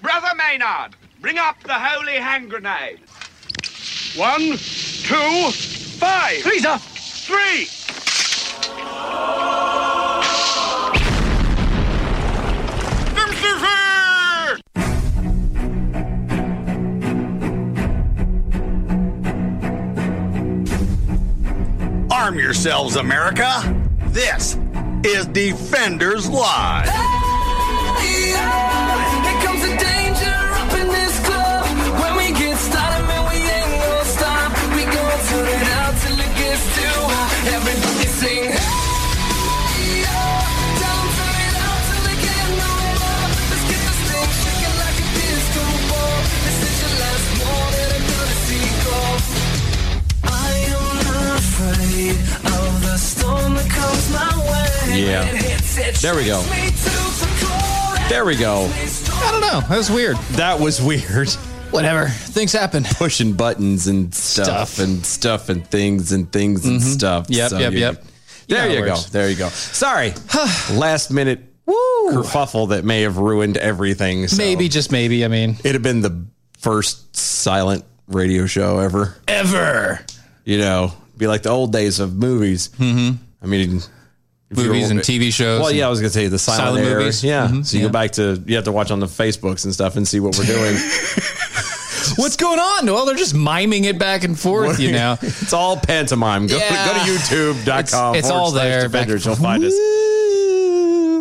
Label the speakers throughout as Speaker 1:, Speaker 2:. Speaker 1: Brother Maynard, bring up the holy hand grenade. One, two, five. Please, up. Three. Lucifer!
Speaker 2: Arm yourselves, America. This is Defenders Live.
Speaker 3: Here comes the danger up in this club. When we get started, man, we ain't gonna stop. We gonna turn it out till it gets too hot. Everybody sing. "Hey, yo." Don't turn it out till it get no more. Let's get this thing shaking like a disco ball. This is your last warning, I'm gonna see gold. I am not afraid of the storm that comes my way.
Speaker 4: Yeah.
Speaker 3: It hits, it
Speaker 4: There we go.
Speaker 3: shakes me to the core.
Speaker 4: There we go.
Speaker 5: I don't know. That was weird.
Speaker 4: That was weird.
Speaker 5: Whatever. Things happen.
Speaker 4: Pushing buttons and stuff,
Speaker 5: Stuff. Mm-hmm.
Speaker 4: and stuff and things and things and stuff.
Speaker 5: Yep, yep,
Speaker 4: you-
Speaker 5: yep. You know
Speaker 4: There you,
Speaker 5: how it
Speaker 4: go.
Speaker 5: works.
Speaker 4: There you go. Sorry. Last minute kerfuffle that may have ruined everything. so.
Speaker 5: Maybe, just maybe. I mean,
Speaker 4: It'd have been the first silent radio show ever.
Speaker 5: ever.
Speaker 4: You know, be like the old days of movies. Mm-hmm. I mean, if you
Speaker 5: Movies
Speaker 4: were-
Speaker 5: and TV shows.
Speaker 4: Well,
Speaker 5: and-
Speaker 4: yeah, I was gonna say the silent,
Speaker 5: Silent
Speaker 4: era.
Speaker 5: movies.
Speaker 4: Yeah,
Speaker 5: Mhm,
Speaker 4: so you
Speaker 5: yeah.
Speaker 4: go back to you have to watch on the Facebooks and stuff and see what we're doing.
Speaker 5: What's going on? Well, they're just miming it back and forth, you know.
Speaker 4: it's all pantomime. Go,
Speaker 5: Yeah.
Speaker 4: go to YouTube.com.
Speaker 5: It's- it's
Speaker 4: forward
Speaker 5: all
Speaker 4: slash
Speaker 5: there.
Speaker 4: Defenders,
Speaker 5: Back-
Speaker 4: you'll find us.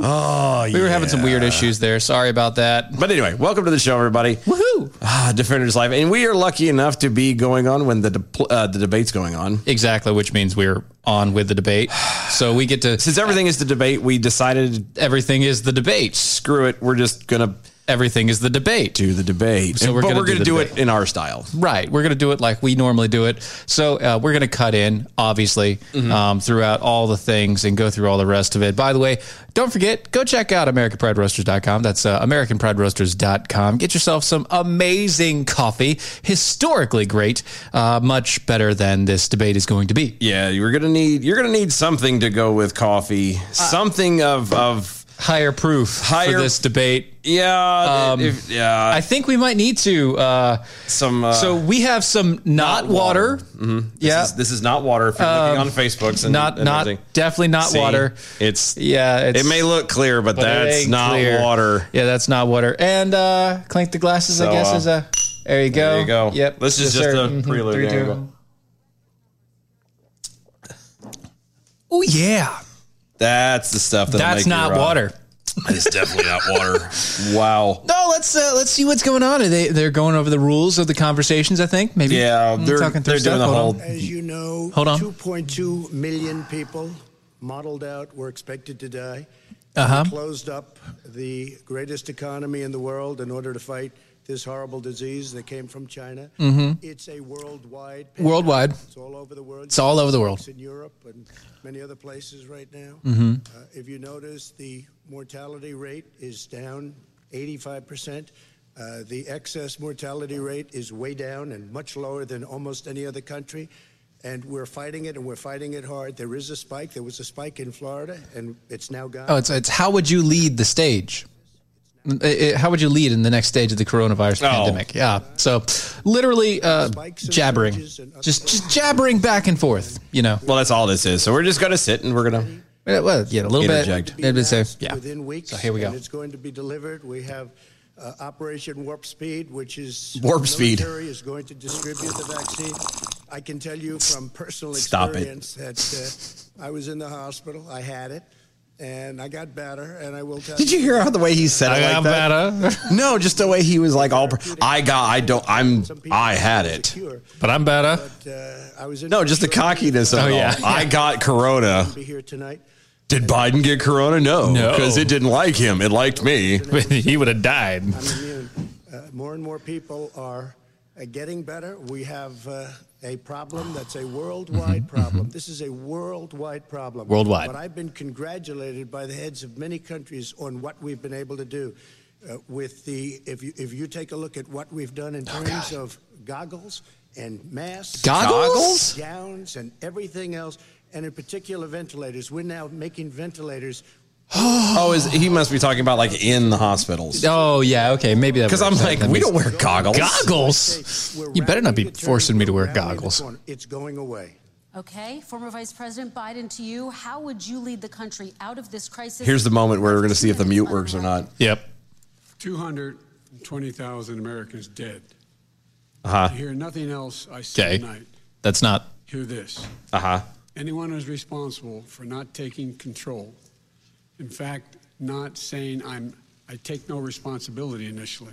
Speaker 4: Oh,
Speaker 5: We were having some weird issues there. Sorry about that.
Speaker 4: But anyway, welcome to the show, everybody.
Speaker 5: Woohoo!
Speaker 4: Ah, Defenders Live, and we are lucky enough to be going on when the de- uh, the debate's going on.
Speaker 5: Exactly, which means we're on with the debate. So we get to
Speaker 4: Since everything is the debate, we decided
Speaker 5: everything is the debate.
Speaker 4: screw it. We're just gonna
Speaker 5: Everything is the debate.
Speaker 4: do the debate.
Speaker 5: So we're
Speaker 4: but
Speaker 5: gonna
Speaker 4: we're
Speaker 5: do
Speaker 4: gonna
Speaker 5: the
Speaker 4: do, it
Speaker 5: debate.
Speaker 4: in our style.
Speaker 5: Right. We're going to do it like we normally do it. So uh, we're going to cut in, obviously,
Speaker 4: Mm-hmm.
Speaker 5: um, throughout all the things and go through all the rest of it. By the way, don't forget, go check out AmericanPrideRoasters.com. That's uh, AmericanPrideRoasters.com. Get yourself some amazing coffee, historically great, uh, much better than this debate is going to be.
Speaker 4: Yeah, you're gonna need you're gonna need something to go with coffee.
Speaker 5: Uh,
Speaker 4: something of of
Speaker 5: Higher proof
Speaker 4: Higher-
Speaker 5: for this debate.
Speaker 4: yeah
Speaker 5: um,
Speaker 4: if- yeah
Speaker 5: I think we might need to. Uh,
Speaker 4: some. Uh,
Speaker 5: so we have some not, water.
Speaker 4: water. yeah, this is, this is not water. If you're looking on Facebooks, and,
Speaker 5: Um, not
Speaker 4: and
Speaker 5: not
Speaker 4: everything.
Speaker 5: definitely not
Speaker 4: See,
Speaker 5: water.
Speaker 4: It's
Speaker 5: Yeah, it's,
Speaker 4: it may look clear, but,
Speaker 5: but it
Speaker 4: that's
Speaker 5: ain't
Speaker 4: not
Speaker 5: clear.
Speaker 4: water.
Speaker 5: Yeah, that's not water. And uh clink the glasses, I
Speaker 4: So,
Speaker 5: guess,
Speaker 4: uh,
Speaker 5: is a. There you go.
Speaker 4: There you go.
Speaker 5: Yep.
Speaker 4: This is just
Speaker 5: sir.
Speaker 4: a
Speaker 5: Mhm.
Speaker 4: prelude.
Speaker 5: Three,
Speaker 4: There you
Speaker 5: two.
Speaker 4: go.
Speaker 5: Oh yeah,
Speaker 4: That's the stuff that
Speaker 5: that's not water.
Speaker 4: It's definitely not water. wow.
Speaker 5: No, let's uh, let's see what's going on. Are they they're going over the rules of the conversations. I think maybe.
Speaker 4: Yeah,
Speaker 5: Mm,
Speaker 4: they're
Speaker 5: talking through
Speaker 4: they're doing
Speaker 5: stuff.
Speaker 4: the
Speaker 5: Hold on.
Speaker 4: whole.
Speaker 6: As you know,
Speaker 5: Hold on.
Speaker 6: 2.2 million people modeled out were expected to die.
Speaker 5: Uh-huh.
Speaker 6: We closed up the greatest economy in the world in order to fight this horrible disease that came from China. It's a worldwide. pandemic.
Speaker 5: Mm-hmm. Worldwide.
Speaker 6: It's all over the world.
Speaker 5: It's all over the world.
Speaker 6: It's in Europe and many other places right now. Uh, if you notice, the mortality rate is down 85%. Uh, the excess mortality rate is way down and much lower than almost any other country. And we're fighting it and we're fighting it hard. There is a spike. There was a spike in Florida and it's now gone.
Speaker 5: Oh, it's it's how would you lead the stage? It- it- how would you lead in the next stage of the coronavirus
Speaker 4: Oh.
Speaker 5: pandemic? Yeah. So, literally uh,
Speaker 6: Spikes and
Speaker 5: jabbering,
Speaker 6: surges and-
Speaker 5: just just jabbering back and forth. You know,
Speaker 4: Well, that's all this is. So we're just gonna sit and we're gonna.
Speaker 5: Uh, well, yeah, a little
Speaker 4: Interject.
Speaker 5: bit. a bit so-
Speaker 6: announced
Speaker 5: yeah.
Speaker 6: Within weeks.
Speaker 5: So here we go.
Speaker 6: And it's going to be delivered. We have uh, Operation Warp Speed, which is
Speaker 4: Warp
Speaker 6: the
Speaker 4: Speed.
Speaker 6: military is going to distribute the vaccine. I can tell you from personal
Speaker 4: Stop it.
Speaker 6: experience that uh, I was in the hospital. I had it, and I got better. And I will tell
Speaker 4: Did you hear how the way he said it? like that?
Speaker 5: better,
Speaker 4: No, just the way he was like all. I got. I don't. I'm. I had it.
Speaker 5: but I'm better.
Speaker 6: But, uh, I was in
Speaker 4: No, just the cockiness of
Speaker 5: Oh,
Speaker 4: it all.
Speaker 5: yeah.
Speaker 4: I got corona.
Speaker 6: Be here tonight.
Speaker 4: Did Biden get corona? No,
Speaker 5: No.
Speaker 4: because it didn't like him. It liked me.
Speaker 5: he would have died.
Speaker 6: I'm immune. Uh, more and more people are uh, getting better. We have uh, a problem that's a worldwide problem. This is a worldwide problem.
Speaker 5: Mm-hmm. Worldwide.
Speaker 6: But I've been congratulated by the heads of many countries on what we've been able to do. Uh, with the, if you, if you take a look at what we've done in
Speaker 5: Oh,
Speaker 6: terms of goggles and masks,
Speaker 5: Goggles?
Speaker 6: gowns, and everything else, and in particular ventilators, we're now making ventilators
Speaker 4: Oh, is he must be talking about like in the hospitals?
Speaker 5: Oh yeah, okay, maybe that.
Speaker 4: Because I'm
Speaker 5: works. That-
Speaker 4: like,
Speaker 5: that
Speaker 4: we
Speaker 5: makes-
Speaker 4: don't wear goggles.
Speaker 5: goggles.
Speaker 6: We're
Speaker 5: You better not
Speaker 6: rounding
Speaker 5: be
Speaker 6: the turn.
Speaker 5: forcing me to wear
Speaker 6: We're rounding the
Speaker 5: goggles.
Speaker 6: corner. It's going away.
Speaker 7: Okay, former Vice President Biden to you. How would you lead the country out of this crisis?
Speaker 4: Here's the moment where we're going to see if the mute works or not.
Speaker 5: Yep.
Speaker 8: 220,000 Americans dead.
Speaker 4: Uh huh.
Speaker 8: Hear nothing else I see
Speaker 5: Okay.
Speaker 8: tonight.
Speaker 5: That's not.
Speaker 8: Hear this.
Speaker 4: Uh huh.
Speaker 8: Anyone who's responsible for not taking control, in fact, not saying I'm, I take no responsibility initially.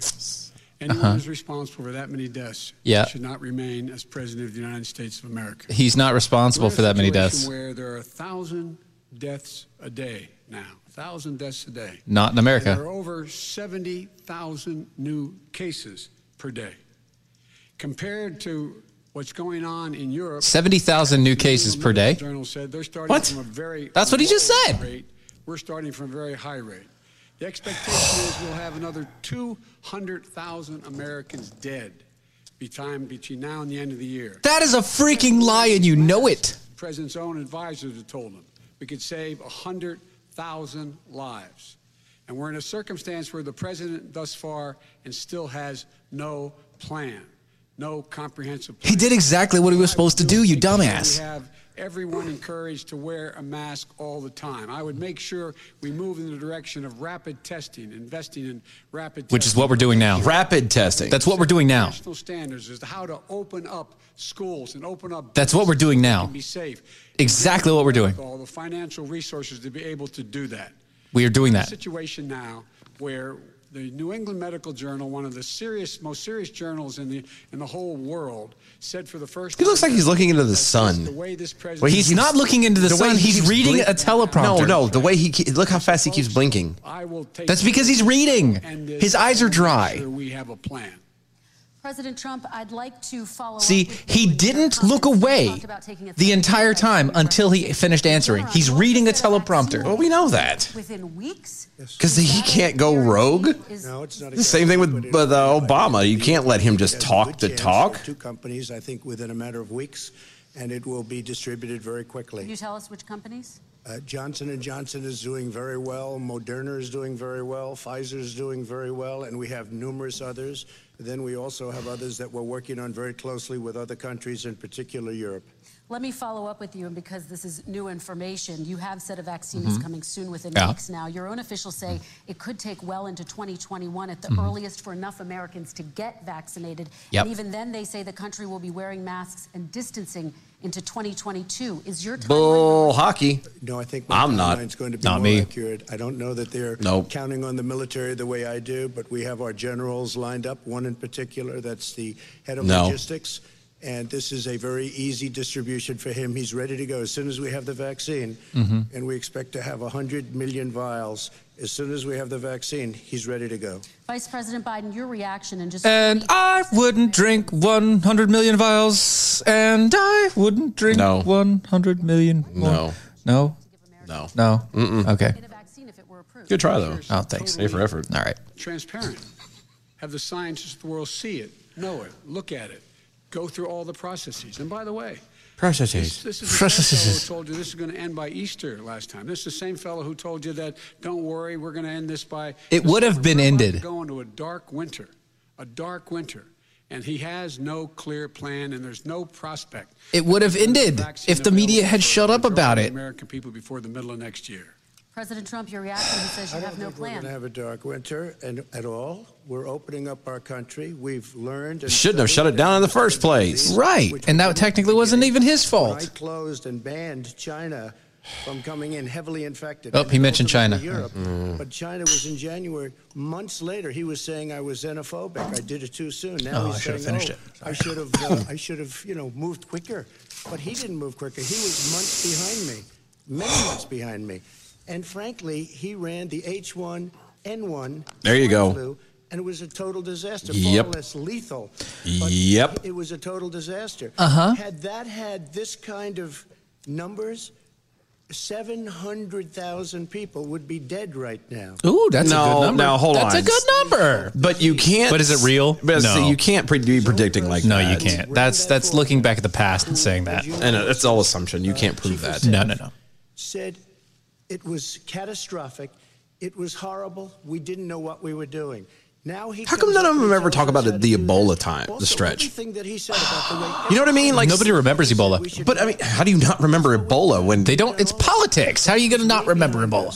Speaker 8: Anyone who's responsible for that many deaths
Speaker 5: Yeah.
Speaker 8: should not remain as president of the United States of America.
Speaker 5: He's not responsible
Speaker 8: We're in
Speaker 5: for
Speaker 8: a
Speaker 5: that many
Speaker 8: situation
Speaker 5: deaths.
Speaker 8: Where there are a thousand deaths a day now, a thousand deaths a day.
Speaker 5: Not in
Speaker 8: And There
Speaker 5: America.
Speaker 8: are over 70,000 new cases per day. Compared to what's going on in Europe.
Speaker 5: Seventy thousand new
Speaker 8: the New
Speaker 5: cases
Speaker 8: England
Speaker 5: per day.
Speaker 8: Medical Journal said they're starting
Speaker 5: What?
Speaker 8: from a very
Speaker 5: That's what he just
Speaker 8: low
Speaker 5: said.
Speaker 8: Rate. We're starting from a very high rate. The expectation is we'll have another 200,000 Americans dead be time between now and the end of the year.
Speaker 5: That is a freaking lie, and you know it.
Speaker 8: The president's own advisors have told him we could save 100,000 lives. And we're in a circumstance where the president thus far and still has no plan, no comprehensive plan.
Speaker 5: He did exactly what he was supposed to do, you dumbass.
Speaker 8: We have everyone encouraged to wear a mask all the time. I would make sure we move in the direction of rapid testing, investing in rapid testing.
Speaker 5: Which is what we're doing now.
Speaker 4: Rapid testing.
Speaker 5: That's what we're doing now.
Speaker 8: National standards as to how to open up schools and open up.
Speaker 5: That's what we're doing now.
Speaker 8: And be safe.
Speaker 5: Exactly what we're doing.
Speaker 8: All the financial resources to be able to do that.
Speaker 5: We are doing
Speaker 8: We're in a
Speaker 5: that.
Speaker 8: Situation now where the New England Medical Journal, one of the serious, most serious journals in the in the whole world, said for the first.
Speaker 4: He looks
Speaker 8: time
Speaker 4: like he's looking into the
Speaker 8: that
Speaker 4: sun.
Speaker 8: The way this president.
Speaker 4: Well,
Speaker 5: He's not looking into the
Speaker 4: way
Speaker 5: sun.
Speaker 4: he
Speaker 5: He's
Speaker 4: keeps
Speaker 5: reading
Speaker 4: blink-
Speaker 5: a teleprompter.
Speaker 4: No, no. The way he ke- look how fast he keeps blinking.
Speaker 8: I will take.
Speaker 5: That's because he's reading.
Speaker 8: And this-
Speaker 5: His eyes are dry.
Speaker 8: Sure we have a plan.
Speaker 7: President Trump, I'd like to follow
Speaker 5: See,
Speaker 7: up with you
Speaker 5: he
Speaker 7: and your
Speaker 5: didn't
Speaker 7: comments.
Speaker 5: look
Speaker 7: You
Speaker 5: away
Speaker 7: talked about taking a
Speaker 5: the
Speaker 7: third
Speaker 5: entire
Speaker 7: strike
Speaker 5: time
Speaker 7: from the
Speaker 5: until he
Speaker 7: president.
Speaker 5: finished answering. He's
Speaker 7: Iran
Speaker 5: reading a
Speaker 7: wants to get
Speaker 5: teleprompter.
Speaker 7: vaccine
Speaker 4: Well, we know that.
Speaker 7: Within weeks?
Speaker 4: Because he can't go rogue.
Speaker 7: Is-
Speaker 6: No, it's not.
Speaker 4: The same thing with-
Speaker 6: But
Speaker 4: with, uh, Obama. You can't let him just talk to talk.
Speaker 6: Two companies, I think, within a matter of weeks, and it will be distributed very quickly.
Speaker 7: Can you tell us which companies?
Speaker 6: Uh, Johnson and Johnson is doing very well. Moderna is doing very well. Pfizer is doing very well, and we have numerous others. Then we also have others that we're working on very closely with other countries, in particular Europe.
Speaker 7: Let me follow up with you, and because this is new information, you have said a vaccine is coming soon within
Speaker 5: Mm-hmm. Yeah. Mm-hmm.
Speaker 7: weeks now. Your own officials say it could take well into 2021 at the earliest for enough Americans to get vaccinated.
Speaker 5: Yep.
Speaker 7: And even then, they say the country will be wearing masks and distancing into 2022. Is your timeline
Speaker 4: Bull hockey.
Speaker 6: No, I think
Speaker 4: I'm not.
Speaker 6: It's going to be
Speaker 5: Not
Speaker 6: more
Speaker 5: me.
Speaker 6: accurate. I don't know that they're
Speaker 4: Nope.
Speaker 6: counting on the military the way I do, but we have our generals lined up. One in particular, that's the head of
Speaker 4: No.
Speaker 6: logistics, and this is a very easy distribution for him. He's ready to go as soon as we have the vaccine,
Speaker 4: Mm-hmm.
Speaker 6: and we expect to have 100 million vials as soon as we have the vaccine. He's ready to go.
Speaker 7: Vice President Biden, your reaction and just
Speaker 5: And I wouldn't drink 100 million vials. And I wouldn't drink
Speaker 4: No.
Speaker 5: 100 million.
Speaker 4: No.
Speaker 5: No?
Speaker 4: No.
Speaker 5: No? Okay.
Speaker 7: a vaccine if it were approved.
Speaker 4: Good try though.
Speaker 5: Oh, thanks.
Speaker 4: Pay for effort.
Speaker 5: All right.
Speaker 8: transparent. Have the scientists of the world see it, know it, look at it, go through all the processes. And by the way,
Speaker 4: Processes.
Speaker 8: This, this is the same fellow who told you this is going to end by Easter last time. This is the same fellow who told you that don't worry, we're going to end this by.
Speaker 5: It would have been
Speaker 8: We're about to
Speaker 5: ended.
Speaker 8: Go into a dark winter, a dark winter, and he has no clear plan, and there's no prospect.
Speaker 5: It would have ended
Speaker 8: Vaccine
Speaker 5: if the media
Speaker 8: available
Speaker 5: had
Speaker 8: for
Speaker 5: shut
Speaker 8: the
Speaker 5: up about
Speaker 8: majority of
Speaker 5: it.
Speaker 8: American people before the middle of next year.
Speaker 7: President Trump, your reaction, he says you
Speaker 6: I don't
Speaker 7: have no
Speaker 6: think we're going to
Speaker 7: plan.
Speaker 6: have a dark winter and, at all. We're opening up our country. We've learned. And
Speaker 4: Shouldn't have shut
Speaker 6: studied
Speaker 4: it down in the
Speaker 6: and
Speaker 4: first place.
Speaker 5: Right.
Speaker 6: Which
Speaker 5: And
Speaker 6: we
Speaker 5: that
Speaker 6: didn't
Speaker 5: technically
Speaker 6: begin.
Speaker 5: wasn't even his
Speaker 6: When I
Speaker 5: fault.
Speaker 6: closed and banned China from coming in heavily infected.
Speaker 5: Oh,
Speaker 6: and
Speaker 5: he mentioned
Speaker 6: ultimately
Speaker 5: China. Mm-hmm.
Speaker 6: Europe. But China was in January. Months later, he was saying I was xenophobic. I did it too soon. Now
Speaker 5: Oh,
Speaker 6: he's
Speaker 5: I should have
Speaker 6: saying,
Speaker 5: finished
Speaker 6: "Oh,
Speaker 5: it.
Speaker 6: I should have. Uh, I should have. You know, moved quicker. But he didn't move quicker. He was months behind me. Many months behind me. And frankly, he ran the H1N1.
Speaker 4: There you
Speaker 6: swine
Speaker 4: go.
Speaker 6: flu, and it was a total disaster, far
Speaker 4: Yep.
Speaker 6: less lethal.
Speaker 4: Yep.
Speaker 6: It was a total disaster.
Speaker 4: Uh-huh.
Speaker 6: Had that had this kind of numbers, 700,000 people would be dead right now.
Speaker 5: Ooh, that's a
Speaker 4: No,
Speaker 5: good number.
Speaker 4: no, hold
Speaker 5: that's
Speaker 4: on.
Speaker 5: a good number.
Speaker 4: But you can't.
Speaker 5: But is it real?
Speaker 4: But
Speaker 5: No.
Speaker 4: you can't pre- be predicting like
Speaker 5: No,
Speaker 4: that.
Speaker 5: you can't. That's that's looking back at the past and saying that.
Speaker 4: And it's all assumption. You can't prove that.
Speaker 5: No, no, no.
Speaker 6: said it was catastrophic. It was horrible. We didn't know what we were doing. Now he
Speaker 4: How come
Speaker 6: comes
Speaker 4: none
Speaker 6: up
Speaker 4: of them
Speaker 6: and
Speaker 4: ever
Speaker 6: tells
Speaker 4: talk
Speaker 6: us
Speaker 4: about
Speaker 6: how
Speaker 4: the,
Speaker 6: to
Speaker 4: the
Speaker 6: do this.
Speaker 4: Ebola time, the
Speaker 6: Also,
Speaker 4: stretch?
Speaker 6: everything that he said about the way
Speaker 4: You know what I mean? Like
Speaker 5: Nobody remembers Ebola.
Speaker 4: But I mean, how do you not remember Ebola when
Speaker 5: They don't. It's politics. How are you going to not remember Ebola?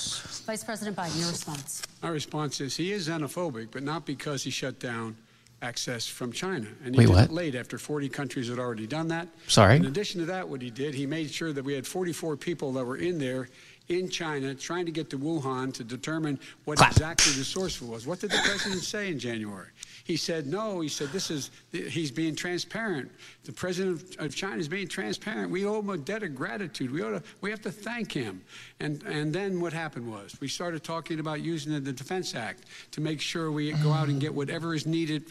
Speaker 7: Vice President Biden, your response.
Speaker 8: My response is he is xenophobic, but not because he shut down access from China. And he
Speaker 5: Wait,
Speaker 8: did
Speaker 5: what?
Speaker 8: it late after 40 countries had already done that.
Speaker 5: Sorry?
Speaker 8: In addition to that, what he did, he made sure that we had 44 people that were in there in China trying to get to Wuhan to determine what
Speaker 5: Clap.
Speaker 8: exactly the source was. What did the president say in January? He said no. He said this is he's being transparent. The president of China is being transparent. We owe him a debt of gratitude. We ought to we have to thank him. And and then what happened was we started talking about using the Defense Act to make sure we go out and get whatever is needed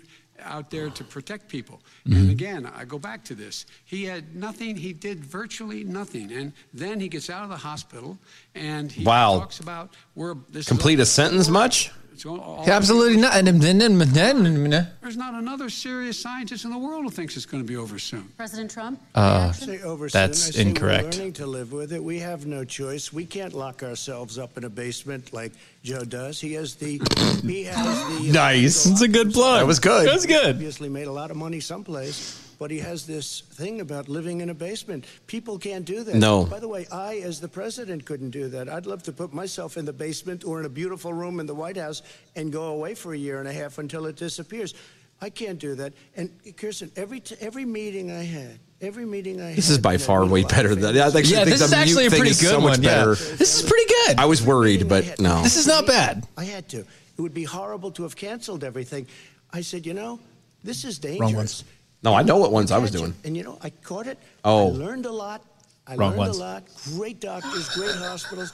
Speaker 8: out there to protect people. And again, I go back to this. He had nothing. He did virtually nothing. And then he gets out of the hospital and he
Speaker 4: Wow.
Speaker 8: talks about we're this is
Speaker 4: complete
Speaker 8: all-
Speaker 4: a sentence much?
Speaker 8: it's all- all-
Speaker 5: Absolutely not. And then- then- then- then- then-
Speaker 8: There's not another serious scientist in the world who thinks it's going to be over soon.
Speaker 7: President Trump?
Speaker 6: Say
Speaker 7: reaction?
Speaker 6: over soon.
Speaker 5: That's
Speaker 6: I say we're
Speaker 5: incorrect.
Speaker 6: learning to live with it. We have no choice. We can't lock ourselves up in a basement like Joe does. He has the. He has the.
Speaker 4: Nice.
Speaker 6: It's
Speaker 5: plug.
Speaker 4: That was good.
Speaker 5: That was good.
Speaker 6: Obviously, made a lot of money someplace, but he has this thing about living in a basement. People can't do that.
Speaker 4: No.
Speaker 6: By the way, I, as the president, couldn't do that. I'd love to put myself in the basement or in a beautiful room in the White House and go away for a year and a half until it disappears. I can't do that. And Kirsten, every t- every meeting I had, every meeting I had.
Speaker 4: This is by
Speaker 6: and I
Speaker 4: far
Speaker 6: did a
Speaker 4: way
Speaker 6: lot of
Speaker 4: better than. I
Speaker 6: things.
Speaker 4: actually
Speaker 5: Yeah,
Speaker 4: think
Speaker 5: this
Speaker 4: the
Speaker 5: is
Speaker 4: mute
Speaker 5: actually a
Speaker 4: thing
Speaker 5: pretty
Speaker 4: is
Speaker 5: good
Speaker 4: so much
Speaker 5: one. Yeah.
Speaker 4: better.
Speaker 5: This is pretty good.
Speaker 4: I was worried, but no.
Speaker 5: This is not bad.
Speaker 6: I had to. It would be horrible to have canceled everything. I said, you know, this is dangerous.
Speaker 5: ones.
Speaker 4: No, I know what ones I was
Speaker 6: Imagine.
Speaker 4: doing.
Speaker 6: And you know, I caught it.
Speaker 4: Oh.
Speaker 6: I learned a lot. I
Speaker 5: Wrong
Speaker 6: learned
Speaker 5: ones.
Speaker 6: a lot. Great doctors, great hospitals.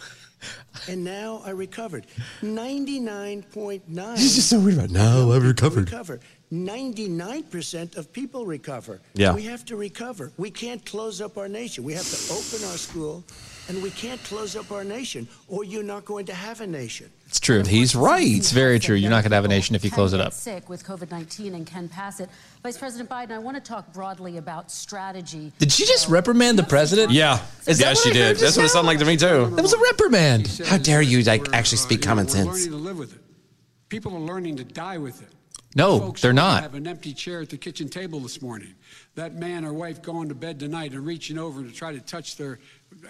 Speaker 6: And now I recovered. 99.9.
Speaker 4: This is so weird about. No, I've recovered.
Speaker 6: Recover. 99% of people recover.
Speaker 4: Yeah.
Speaker 6: We have to recover. We can't close up our nation. We have to open our school, and we can't close up our nation, or you're not going to have a nation.
Speaker 5: It's true. He's right. It's very true. You're not going to have a nation if you
Speaker 7: Can
Speaker 5: close it
Speaker 7: get
Speaker 5: up.
Speaker 7: Sick with COVID 19 and can pass it. Vice President Biden, I want to talk broadly about strategy.
Speaker 5: Did she just reprimand the president?
Speaker 4: Yeah.
Speaker 5: Is
Speaker 4: yeah,
Speaker 5: that what
Speaker 4: she
Speaker 5: I heard
Speaker 4: did.
Speaker 5: just
Speaker 4: That's what it
Speaker 5: now?
Speaker 4: sounded like to me too.
Speaker 5: That was a reprimand.
Speaker 8: He
Speaker 4: How
Speaker 8: says
Speaker 4: dare you, like,
Speaker 8: we're,
Speaker 4: actually speak
Speaker 8: you
Speaker 4: common
Speaker 8: we're
Speaker 4: sense.
Speaker 8: Learning to live with it. People are learning to die with it.
Speaker 5: No,
Speaker 8: Folks
Speaker 5: they're
Speaker 8: who
Speaker 5: not.
Speaker 8: Have an empty chair at the kitchen table this morning. That man or wife going to bed tonight and reaching over to try to touch their.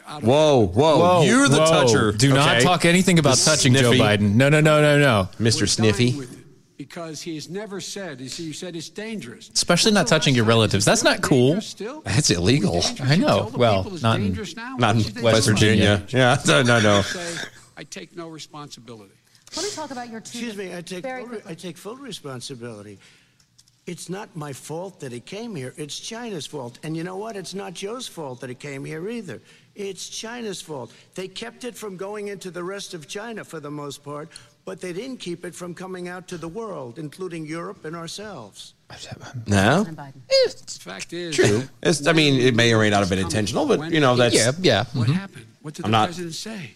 Speaker 8: Out of-
Speaker 4: Whoa, whoa, You're the
Speaker 5: Oh, whoa.
Speaker 4: toucher.
Speaker 5: Do not
Speaker 4: Okay.
Speaker 5: talk anything about
Speaker 4: The
Speaker 5: touching
Speaker 4: sniffy.
Speaker 5: Joe Biden. No, no, no, no, no.
Speaker 8: We're
Speaker 4: Mr. Sniffy.
Speaker 8: dying with it Because he has never said, he said, you said it's dangerous.
Speaker 5: Especially not touching your relatives. That's not cool.
Speaker 8: Still?
Speaker 4: That's illegal.
Speaker 8: Dangerous.
Speaker 5: I
Speaker 8: You
Speaker 5: know.
Speaker 8: tell the
Speaker 5: Well,
Speaker 8: people it's
Speaker 5: not in-
Speaker 8: dangerous now.
Speaker 4: Not
Speaker 8: Why
Speaker 4: in
Speaker 8: should they
Speaker 4: West
Speaker 8: do it?
Speaker 4: Virginia. Yeah. No, no, no.
Speaker 8: Say, I take no responsibility.
Speaker 7: Let me talk about your two.
Speaker 6: Excuse me, I take,
Speaker 7: very
Speaker 6: full, re-
Speaker 7: quickly.
Speaker 6: I take full responsibility. It's not my fault that he came here. It's China's fault. And you know what? It's not Joe's fault that he came here either. It's China's fault. They kept it from going into the rest of China for the most part, but they didn't keep it from coming out to the world, including Europe and ourselves.
Speaker 4: No.
Speaker 7: President Biden.
Speaker 8: Fact is,
Speaker 4: True.
Speaker 8: that
Speaker 4: It's- I mean, it may or may not have been
Speaker 8: when-
Speaker 4: intentional, but, you
Speaker 8: when-
Speaker 4: know, that's.
Speaker 5: Yeah, yeah. mm-hmm.
Speaker 8: What happened? What did
Speaker 4: I'm
Speaker 8: the
Speaker 4: not-
Speaker 8: president say?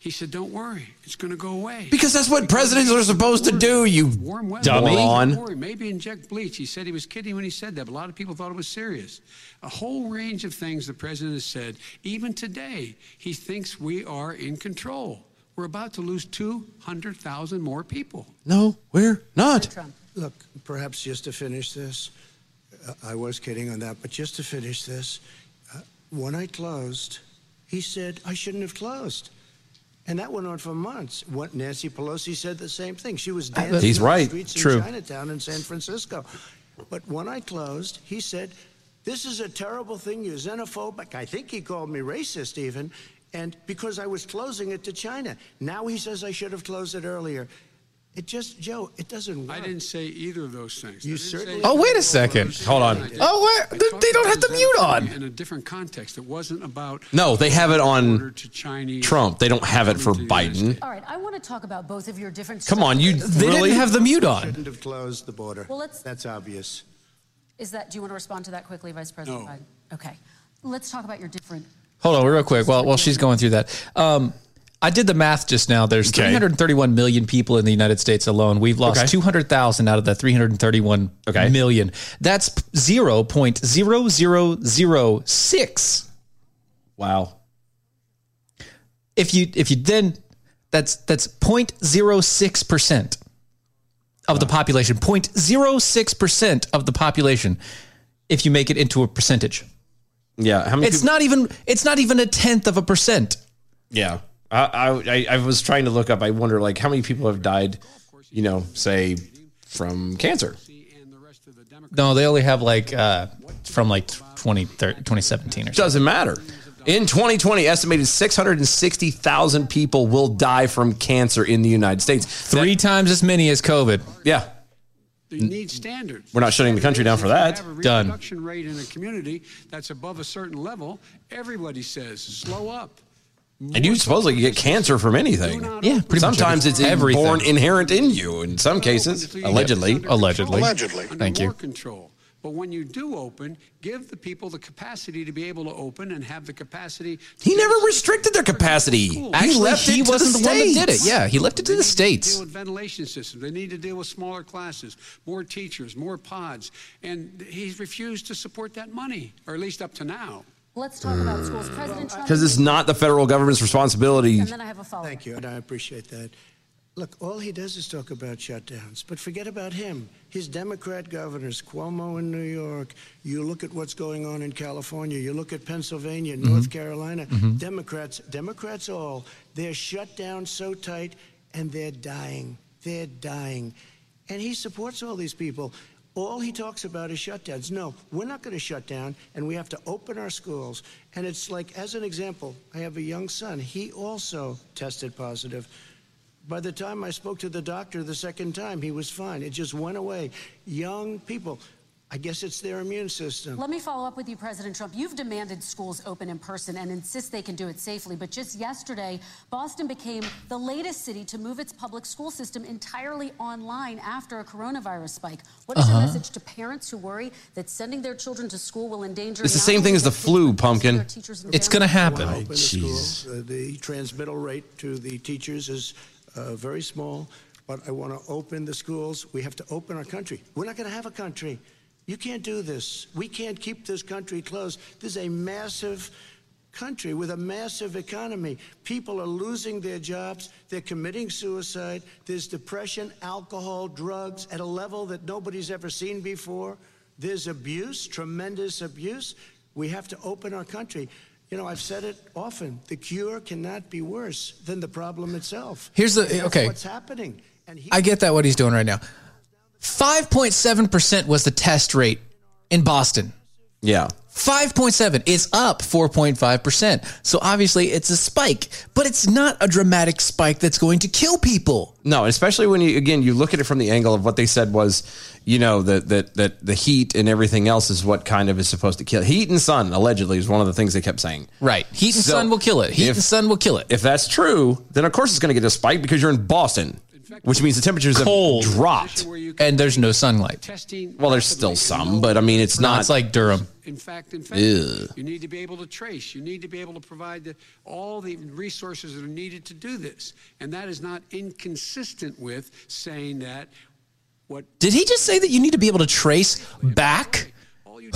Speaker 8: He said, "Don't worry, it's going to go away."
Speaker 4: Because that's what presidents are supposed to do, you
Speaker 8: warm weather.
Speaker 4: dummy.
Speaker 8: Don't worry, maybe inject bleach. He said he was kidding when he said that, but a lot of people thought it was serious. A whole range of things the president has said. Even today, he thinks we are in control. We're about to lose 200,000 more people.
Speaker 4: No, we're not.
Speaker 7: Trump.
Speaker 6: Look, perhaps just to finish this, uh, I was kidding on that, but just to finish this, uh, when I closed, he said, I shouldn't have closed. And that went on for months. What Nancy Pelosi said the same thing. She was dancing
Speaker 4: He's
Speaker 6: on the
Speaker 4: right.
Speaker 6: streets
Speaker 4: True.
Speaker 6: in Chinatown and San Francisco. But when I closed, he said, This is a terrible thing. You're xenophobic. I think he called me racist, even. And because I was closing it to China. Now he says I should have closed it earlier. It just, Joe, it doesn't work.
Speaker 8: I didn't say either of those things. I
Speaker 6: You
Speaker 8: didn't say
Speaker 6: certainly-
Speaker 5: Oh, wait a second. Hold on. Oh, wait. They- They don't have the mute on.
Speaker 8: In a different context, it wasn't about
Speaker 4: No, they have it
Speaker 5: Hmm.
Speaker 4: on
Speaker 8: to Chinese.
Speaker 4: Trump. They don't have it for Biden.
Speaker 7: All right, I want to talk about both of your different.
Speaker 4: Come on, you
Speaker 7: strategies.
Speaker 5: They
Speaker 4: really
Speaker 5: didn't have the mute on.
Speaker 6: Shouldn't have closed the border.
Speaker 7: Well, let's-
Speaker 6: That's obvious.
Speaker 7: Is that? Do you want to respond to that quickly, Vice President
Speaker 8: No.
Speaker 7: Biden? Okay, let's talk about your different.
Speaker 5: Hold on, real quick. While while she's going through that, um, I did the math just now. There's
Speaker 4: Okay.
Speaker 5: 331 million people in the United States alone. We've lost
Speaker 4: Okay.
Speaker 5: 200,000 out of the 331
Speaker 4: Okay.
Speaker 5: million. That's 0.0006.
Speaker 4: Wow.
Speaker 5: If you if you then that's that's 0.06 percent of the population. 0.06 percent of the population. If you make it into a percentage,
Speaker 4: Yeah. How many?
Speaker 5: it's
Speaker 4: people-
Speaker 5: not even it's not even a tenth of a percent.
Speaker 4: Yeah. I, I I- I was trying to look up. I wonder like how many people have died. You know, say from cancer.
Speaker 8: And the rest of the Democrats.
Speaker 5: No, they only have like uh, from like 20, 2017 or something.
Speaker 4: Doesn't matter. In 2020, estimated 660,000 people will die from cancer in the United States.
Speaker 5: Three times as many as COVID.
Speaker 4: Yeah.
Speaker 8: You need standards.
Speaker 4: We're not shutting the country down for that.
Speaker 8: If you have a
Speaker 5: Done.
Speaker 8: reproduction rate in a community that's above a certain level, everybody says slow up.
Speaker 4: And you supposedly get cancer from anything.
Speaker 5: Yeah, pretty much
Speaker 4: Sometimes it's
Speaker 5: every-
Speaker 4: born
Speaker 5: everything.
Speaker 4: inherent in you. In some cases,
Speaker 8: Open until you get
Speaker 4: allegedly.
Speaker 8: this under
Speaker 5: Allegedly.
Speaker 8: control,
Speaker 5: Allegedly.
Speaker 8: under
Speaker 5: Thank you.
Speaker 8: more control. But when you do open, give the people the capacity to be able to open and have the capacity.
Speaker 4: He never restricted their capacity.
Speaker 8: Cool.
Speaker 4: He left it to the States.
Speaker 5: Yeah, he left it to
Speaker 8: They
Speaker 5: the
Speaker 8: need Deal
Speaker 5: states.
Speaker 8: with ventilation systems. They need to deal with smaller classes, more teachers, more pods, and he's refused to support that money, or at least up to now.
Speaker 7: Let's talk about schools, President Trump.
Speaker 4: Because it's not the federal government's responsibility.
Speaker 7: And then I have a follow-up.
Speaker 6: Thank you, and I appreciate that. Look, all he does is talk about shutdowns, but forget about him. His Democrat governors, Cuomo in New York, you look at what's going on in California, you look at Pennsylvania, North Carolina, Democrats, Democrats all, they're shut down so tight and they're dying. They're dying. And he supports all these people. All he talks about is shutdowns. No, we're not going to shut down, and we have to open our schools. And it's like, as an example, I have a young son. He also tested positive. By the time I spoke to the doctor the second time, he was fine. It just went away. Young people, I guess it's their immune system.
Speaker 7: Let me follow up with you, President Trump. You've demanded schools open in person and insist they can do it safely. But just yesterday, Boston became the latest city to move its public school system entirely online after a coronavirus spike. What is
Speaker 5: Uh-huh.
Speaker 7: your message to parents who worry that sending their children to school will endanger?
Speaker 4: It's the
Speaker 7: not
Speaker 4: same
Speaker 7: only
Speaker 4: thing as
Speaker 7: their
Speaker 4: the
Speaker 7: children,
Speaker 4: flu,
Speaker 7: but also
Speaker 4: pumpkin. Oh,
Speaker 7: their teachers and
Speaker 5: It's going to
Speaker 7: families?
Speaker 6: When I
Speaker 5: happen.
Speaker 6: open the schools, uh, the transmittal rate to the teachers is uh, very small, but I want to open the schools. We have to open our country. We're not going to have a country. You can't do this. We can't keep this country closed. This is a massive country with a massive economy. People are losing their jobs. They're committing suicide. There's depression, alcohol, drugs at a level that nobody's ever seen before. There's abuse, tremendous abuse. We have to open our country. You know, I've said it often the cure cannot be worse than the problem itself.
Speaker 5: Here's the-
Speaker 6: And that's
Speaker 5: okay.
Speaker 6: what's happening. And he,
Speaker 5: I get that what he's doing right now. 5.7% was the test rate in Boston.
Speaker 4: Yeah.
Speaker 5: 5.7 is up 4.5%. So obviously it's a spike, but it's not a dramatic spike that's going to kill people.
Speaker 4: No, especially when you again you look at it from the angle of what they said was, you know, that that that the heat and everything else is what kind of is supposed to kill. Heat and sun allegedly is one of the things they kept saying.
Speaker 5: Right. Heat and
Speaker 4: So,
Speaker 5: sun will kill it. Heat
Speaker 4: if-
Speaker 5: and sun will kill it.
Speaker 4: If that's true, then of course it's going to get a spike because you're in Boston, which means the temperatures
Speaker 5: Cold.
Speaker 4: have dropped.
Speaker 8: Where you can
Speaker 5: and there's no sunlight.
Speaker 8: testing.
Speaker 4: Well, there's
Speaker 8: rapidly
Speaker 4: still
Speaker 8: and
Speaker 4: some,
Speaker 8: no-
Speaker 4: but I mean it's
Speaker 5: No,
Speaker 4: not
Speaker 5: it's like Durham.
Speaker 8: In fact, in fact, you need to be able to trace. You need to be able to provide the, all the resources that are needed to do this, and that is not inconsistent with saying that what
Speaker 5: Did he just say that you need to be able to trace back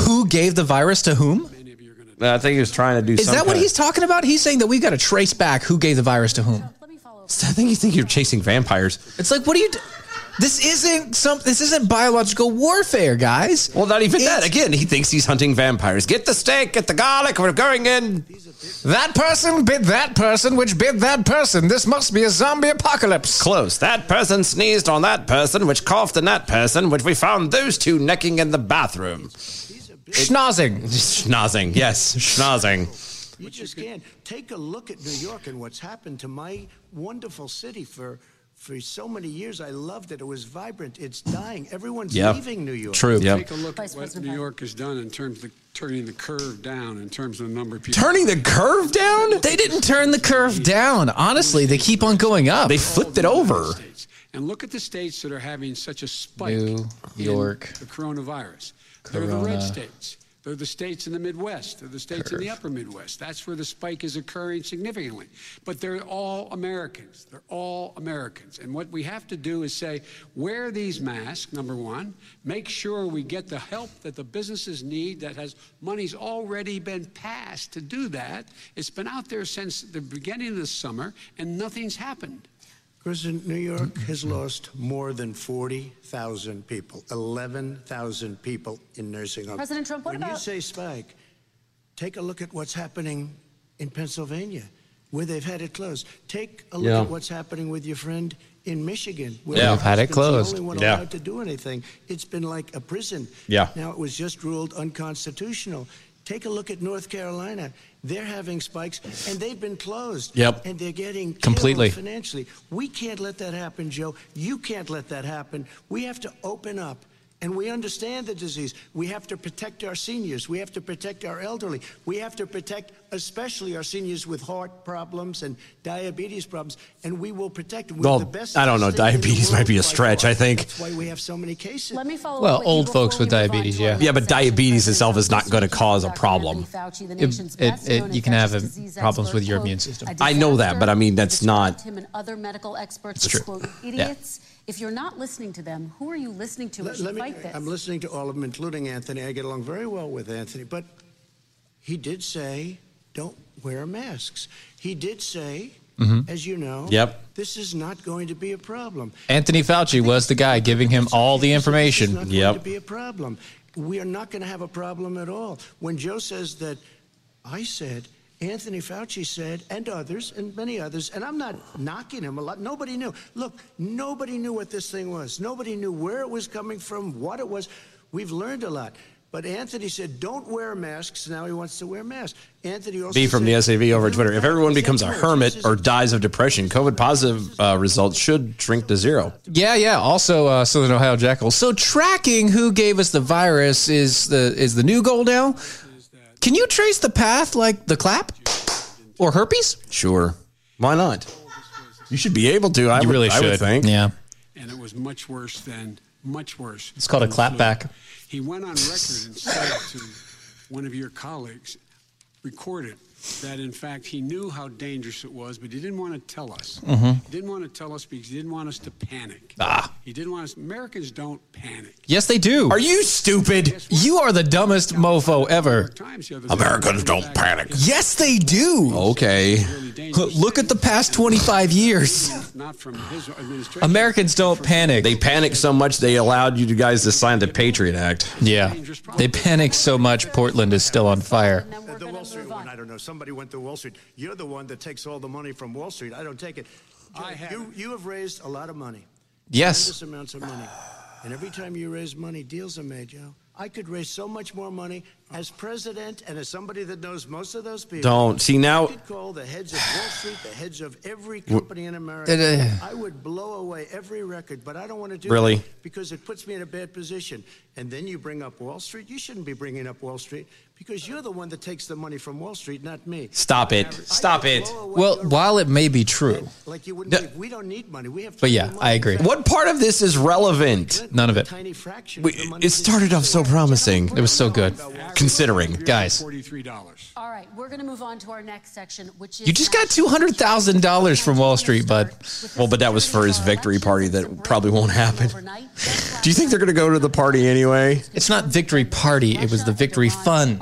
Speaker 5: who gave the virus to whom?
Speaker 8: many of you are going to.
Speaker 4: I think he was trying to do.
Speaker 5: Is
Speaker 4: some
Speaker 5: that what
Speaker 4: kind
Speaker 5: he's
Speaker 4: of-
Speaker 5: talking about? He's saying that we've got to trace back who gave the virus to whom.
Speaker 7: Let me follow up.
Speaker 4: I think you think you're chasing vampires.
Speaker 5: It's like, what do you? Do? This isn't some. This isn't biological warfare, guys.
Speaker 4: Well, not even that.
Speaker 5: It's-
Speaker 4: Again, he thinks he's hunting vampires. Get the steak, get the garlic. We're going in.
Speaker 5: That person bit that person, which bit that person. This must be a zombie apocalypse.
Speaker 4: Close. That person sneezed on that person, which coughed on that person, which we found those two necking in the bathroom.
Speaker 5: Schnozzing.
Speaker 4: Schnozzing. Yes, schnozzing.
Speaker 6: you just can't. Take a look at New York and what's happened to my wonderful city for for so many years, I loved it. It was vibrant. It's dying. Everyone's
Speaker 4: Yeah.
Speaker 6: leaving New York.
Speaker 4: True.
Speaker 8: Take a look at
Speaker 7: Vice
Speaker 8: what
Speaker 7: President
Speaker 8: New
Speaker 7: Biden.
Speaker 8: York has done in terms of turning the curve down in terms of the number of people.
Speaker 4: Turning the curve down?
Speaker 5: They didn't turn the curve down. Honestly, they keep on going up.
Speaker 4: They flipped it over.
Speaker 8: States. And look at the states that are having such a spike
Speaker 5: New
Speaker 8: in
Speaker 5: York.
Speaker 8: the coronavirus. They're the
Speaker 5: Corona.
Speaker 8: red states. They're the states in the Midwest. They're the states in the
Speaker 5: Curve.
Speaker 8: upper Midwest. That's where the spike is occurring significantly. But they're all Americans. They're all Americans. And what we have to do is say, wear these masks, number one. Make sure we get the help that the businesses need that has money's already been passed to do that. It's been out there since the beginning of the summer, and nothing's happened.
Speaker 6: President, New York has lost more than 40,000 people, 11,000 people in nursing homes.
Speaker 7: President Trump, what
Speaker 6: when you
Speaker 7: about-
Speaker 6: say spike, take a look at what's happening in Pennsylvania, where they've had it closed. Take a look
Speaker 4: Yeah.
Speaker 6: at what's happening with your friend in Michigan, where
Speaker 5: Yeah.
Speaker 6: your
Speaker 5: Had it
Speaker 6: husband's the
Speaker 5: closed.
Speaker 6: only one
Speaker 4: Yeah.
Speaker 6: allowed to do anything. It's been like a prison.
Speaker 4: Yeah.
Speaker 6: Now it was just ruled unconstitutional. Take a look at North Carolina. They're having spikes, and they've been closed.
Speaker 5: Yep.
Speaker 6: And they're getting killed
Speaker 5: Completely.
Speaker 6: financially. We can't let that happen, Joe. You can't let that happen. We have to open up. And we understand the disease. We have to protect our seniors. We have to protect our elderly. We have to protect, especially our seniors with heart problems and diabetes problems. And we will protect. We're
Speaker 4: Well,
Speaker 6: the best
Speaker 4: I don't know.
Speaker 6: state in the
Speaker 4: Diabetes might be a
Speaker 6: world by
Speaker 4: stretch,
Speaker 6: far.
Speaker 4: I think.
Speaker 6: That's why we have so many cases.
Speaker 7: Let me follow
Speaker 5: Well,
Speaker 7: up with you
Speaker 5: old
Speaker 7: before
Speaker 5: folks
Speaker 7: we
Speaker 5: with
Speaker 7: move on
Speaker 5: diabetes,
Speaker 7: to our
Speaker 5: yeah.
Speaker 7: next
Speaker 4: Yeah, but
Speaker 7: section.
Speaker 4: diabetes
Speaker 7: President
Speaker 4: itself is not
Speaker 7: Trump's
Speaker 4: gonna
Speaker 7: speech
Speaker 4: cause a
Speaker 7: Dr.
Speaker 4: problem.
Speaker 7: Anthony Fauci, the
Speaker 5: It-
Speaker 7: nation's
Speaker 5: it-
Speaker 7: best-known
Speaker 5: it- you can have,
Speaker 7: infectious
Speaker 5: uh,
Speaker 7: disease
Speaker 5: problems
Speaker 7: expert,
Speaker 5: with your
Speaker 7: quote,
Speaker 5: immune system.
Speaker 7: "A
Speaker 4: I know that, but I mean, that's
Speaker 7: disaster,"
Speaker 4: not-
Speaker 7: described Him and other medical experts
Speaker 4: It's
Speaker 7: as,
Speaker 4: true.
Speaker 7: quote,
Speaker 4: Yeah.
Speaker 7: idiots. If you're not listening to them, who are you listening to as
Speaker 6: Let,
Speaker 7: you
Speaker 6: let me,
Speaker 7: fight this?
Speaker 6: I'm listening to all of them, including Anthony. I get along very well with Anthony, but he did say, don't wear masks. He did say, as you know,
Speaker 4: Yep.
Speaker 6: this is not going to be a problem.
Speaker 5: Anthony Fauci was the guy giving him all the
Speaker 6: It's
Speaker 5: information.
Speaker 6: not
Speaker 4: Yep.
Speaker 6: going to be a problem. We are not going to have a problem at all. When Joe says that, I said, Anthony Fauci said, and others, and many others, and I'm not knocking him a lot. Nobody knew. Look, nobody knew what this thing was. Nobody knew where it was coming from, what it was. We've learned a lot. But Anthony said, don't wear masks. Now he wants to wear masks. Anthony also
Speaker 4: B from the
Speaker 6: said,
Speaker 4: SAV over
Speaker 6: "If
Speaker 4: Twitter.
Speaker 6: you're
Speaker 4: If everyone
Speaker 6: vaccinated,
Speaker 4: becomes a hermit
Speaker 6: this
Speaker 4: or
Speaker 6: is-
Speaker 4: dies of depression, COVID positive uh, results should shrink to zero.
Speaker 5: Yeah, yeah. Also, uh, Southern Ohio Jackal. So tracking who gave us the virus is the is the new goal now. Can you trace the path like the clap or herpes?
Speaker 4: Sure. Why not? You should be able to. I would, I would think.
Speaker 5: Yeah.
Speaker 8: and it was much worse than much worse.
Speaker 5: It's called a
Speaker 8: than the flu.
Speaker 5: clapback.
Speaker 8: He went on record and said to one of your colleagues, recorded that in fact he knew how dangerous it was, but he didn't want to tell us. He didn't want to tell us because he didn't want us to panic. Ah. He didn't want us. Americans don't panic.
Speaker 5: Yes, they do.
Speaker 4: Are you stupid?
Speaker 5: You are the dumbest mofo ever.
Speaker 8: Times the other day-
Speaker 2: Americans don't panic.
Speaker 5: Yes, they do.
Speaker 4: Okay.
Speaker 8: Really dangerous.
Speaker 5: Look at the past 25 years.
Speaker 8: Not from his administration.
Speaker 5: Americans don't panic.
Speaker 4: They panicked so much they allowed you guys to sign the Patriot Act.
Speaker 5: yeah. They panic so much Portland is still on fire.
Speaker 7: And then we're
Speaker 6: Uh, the
Speaker 7: gonna
Speaker 6: Wall Street
Speaker 7: move
Speaker 6: one.
Speaker 7: on.
Speaker 6: I don't know. Somebody went to Wall Street. You're the one that takes all the money from Wall Street. I don't take it.
Speaker 8: I
Speaker 6: Joe, you,
Speaker 8: haven't.
Speaker 6: you have raised a lot of money.
Speaker 5: Yes.
Speaker 6: Tremendous amounts of money. And every time you raise money, deals are made, Joe. I could raise so much more money as president and as somebody that knows most of those people.
Speaker 4: Don't. See, now-
Speaker 6: I could call the heads of Wall Street, the heads of every company in America.
Speaker 5: Uh,
Speaker 6: I would blow away every record, but I don't want to do
Speaker 4: Really?
Speaker 6: that because it puts me in a bad position. And then you bring up Wall Street. You shouldn't be bringing up Wall Street because you're the one that takes the money from Wall Street, not me.
Speaker 4: Stop it.
Speaker 6: I
Speaker 4: Stop
Speaker 6: could
Speaker 4: it.
Speaker 6: blow away
Speaker 5: Well,
Speaker 6: your
Speaker 5: while it may be true,
Speaker 6: like you wouldn't
Speaker 4: No.
Speaker 6: believe. We don't need money. We have.
Speaker 5: But yeah,
Speaker 6: plenty of
Speaker 5: I
Speaker 6: money.
Speaker 5: agree.
Speaker 6: In fact,
Speaker 4: What part of this is relevant?
Speaker 5: None of it.
Speaker 6: Tiny fraction.
Speaker 4: We-
Speaker 6: of the money
Speaker 4: it
Speaker 6: that-
Speaker 4: started off so promising.
Speaker 5: it was so good.
Speaker 4: Considering.
Speaker 5: Guys.
Speaker 8: Forty-three dollars.
Speaker 7: All right, we're going to move on to our next section, which is
Speaker 5: You just got
Speaker 7: national-
Speaker 5: $200,000 from Wall Street, bud.
Speaker 4: Well, but that was for his victory party that probably won't happen. Do you think they're going to go to the party anyway?
Speaker 5: It's not victory party, it was the victory fund.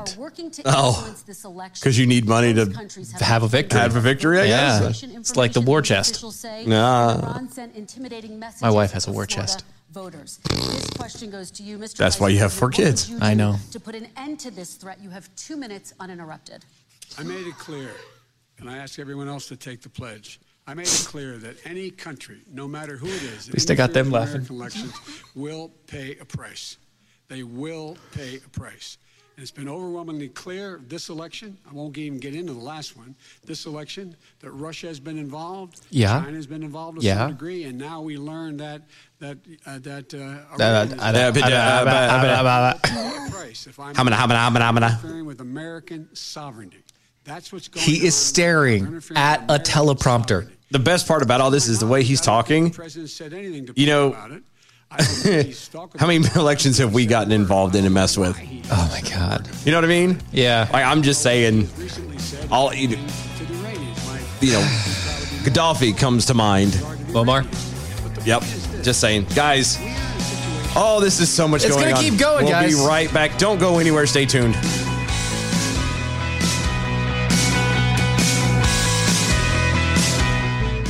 Speaker 4: Oh.
Speaker 7: because
Speaker 4: 'Cause you need money to
Speaker 5: have a victory.
Speaker 4: Have a victory, I
Speaker 5: Yeah.
Speaker 4: guess.
Speaker 5: It's like the war chest.
Speaker 4: Nah.
Speaker 5: My wife has a war chest.
Speaker 7: Voters. This question goes to you, Mr.
Speaker 4: That's
Speaker 7: Vice
Speaker 4: why you have
Speaker 7: President.
Speaker 4: four
Speaker 7: What would
Speaker 4: kids.
Speaker 7: you
Speaker 5: I
Speaker 7: do
Speaker 5: know.
Speaker 7: To put an end to this threat, you have two minutes uninterrupted.
Speaker 8: I made it clear, and I ask everyone else to take the pledge. I made it clear that any country, no matter who it is, at
Speaker 5: least I got them laughing.
Speaker 8: Elections will pay a price. They will pay a price. And it's been overwhelmingly clear this election, I won't even get into the last one, this election, that Russia has been involved,
Speaker 5: Yeah.
Speaker 8: China's been involved to
Speaker 5: Yeah.
Speaker 8: some degree, and now we learn that, that, uh, that, uh, Iran is
Speaker 5: He
Speaker 8: a price if I'm
Speaker 5: Hamana, hamana, hamana, hamana.
Speaker 8: interfering with American sovereignty. That's what's going
Speaker 5: is
Speaker 8: on. We're
Speaker 5: staring
Speaker 8: interfering
Speaker 5: at
Speaker 8: with
Speaker 5: a
Speaker 8: American
Speaker 5: teleprompter.
Speaker 8: sovereignty.
Speaker 4: The best part about all this is the way he's
Speaker 8: I don't think
Speaker 4: talking.
Speaker 8: The president said anything to
Speaker 4: You know,
Speaker 8: people about it. I don't think he's talking
Speaker 4: How many
Speaker 8: about it.
Speaker 4: elections have we gotten involved in and messed with?
Speaker 5: Oh my god.
Speaker 4: You know what I mean?
Speaker 5: Yeah.
Speaker 4: Like I'm just saying,
Speaker 8: Recently said
Speaker 4: I'll eat it.
Speaker 8: to the Iranians, like,
Speaker 4: you know, Gaddafi comes to mind.
Speaker 5: Omar.
Speaker 4: Yep. Just saying, guys. Oh, this is so much
Speaker 5: It's
Speaker 4: going
Speaker 5: gonna
Speaker 4: on.
Speaker 5: keep going,
Speaker 4: we'll
Speaker 5: guys.
Speaker 4: be right back. Don't go anywhere. Stay tuned.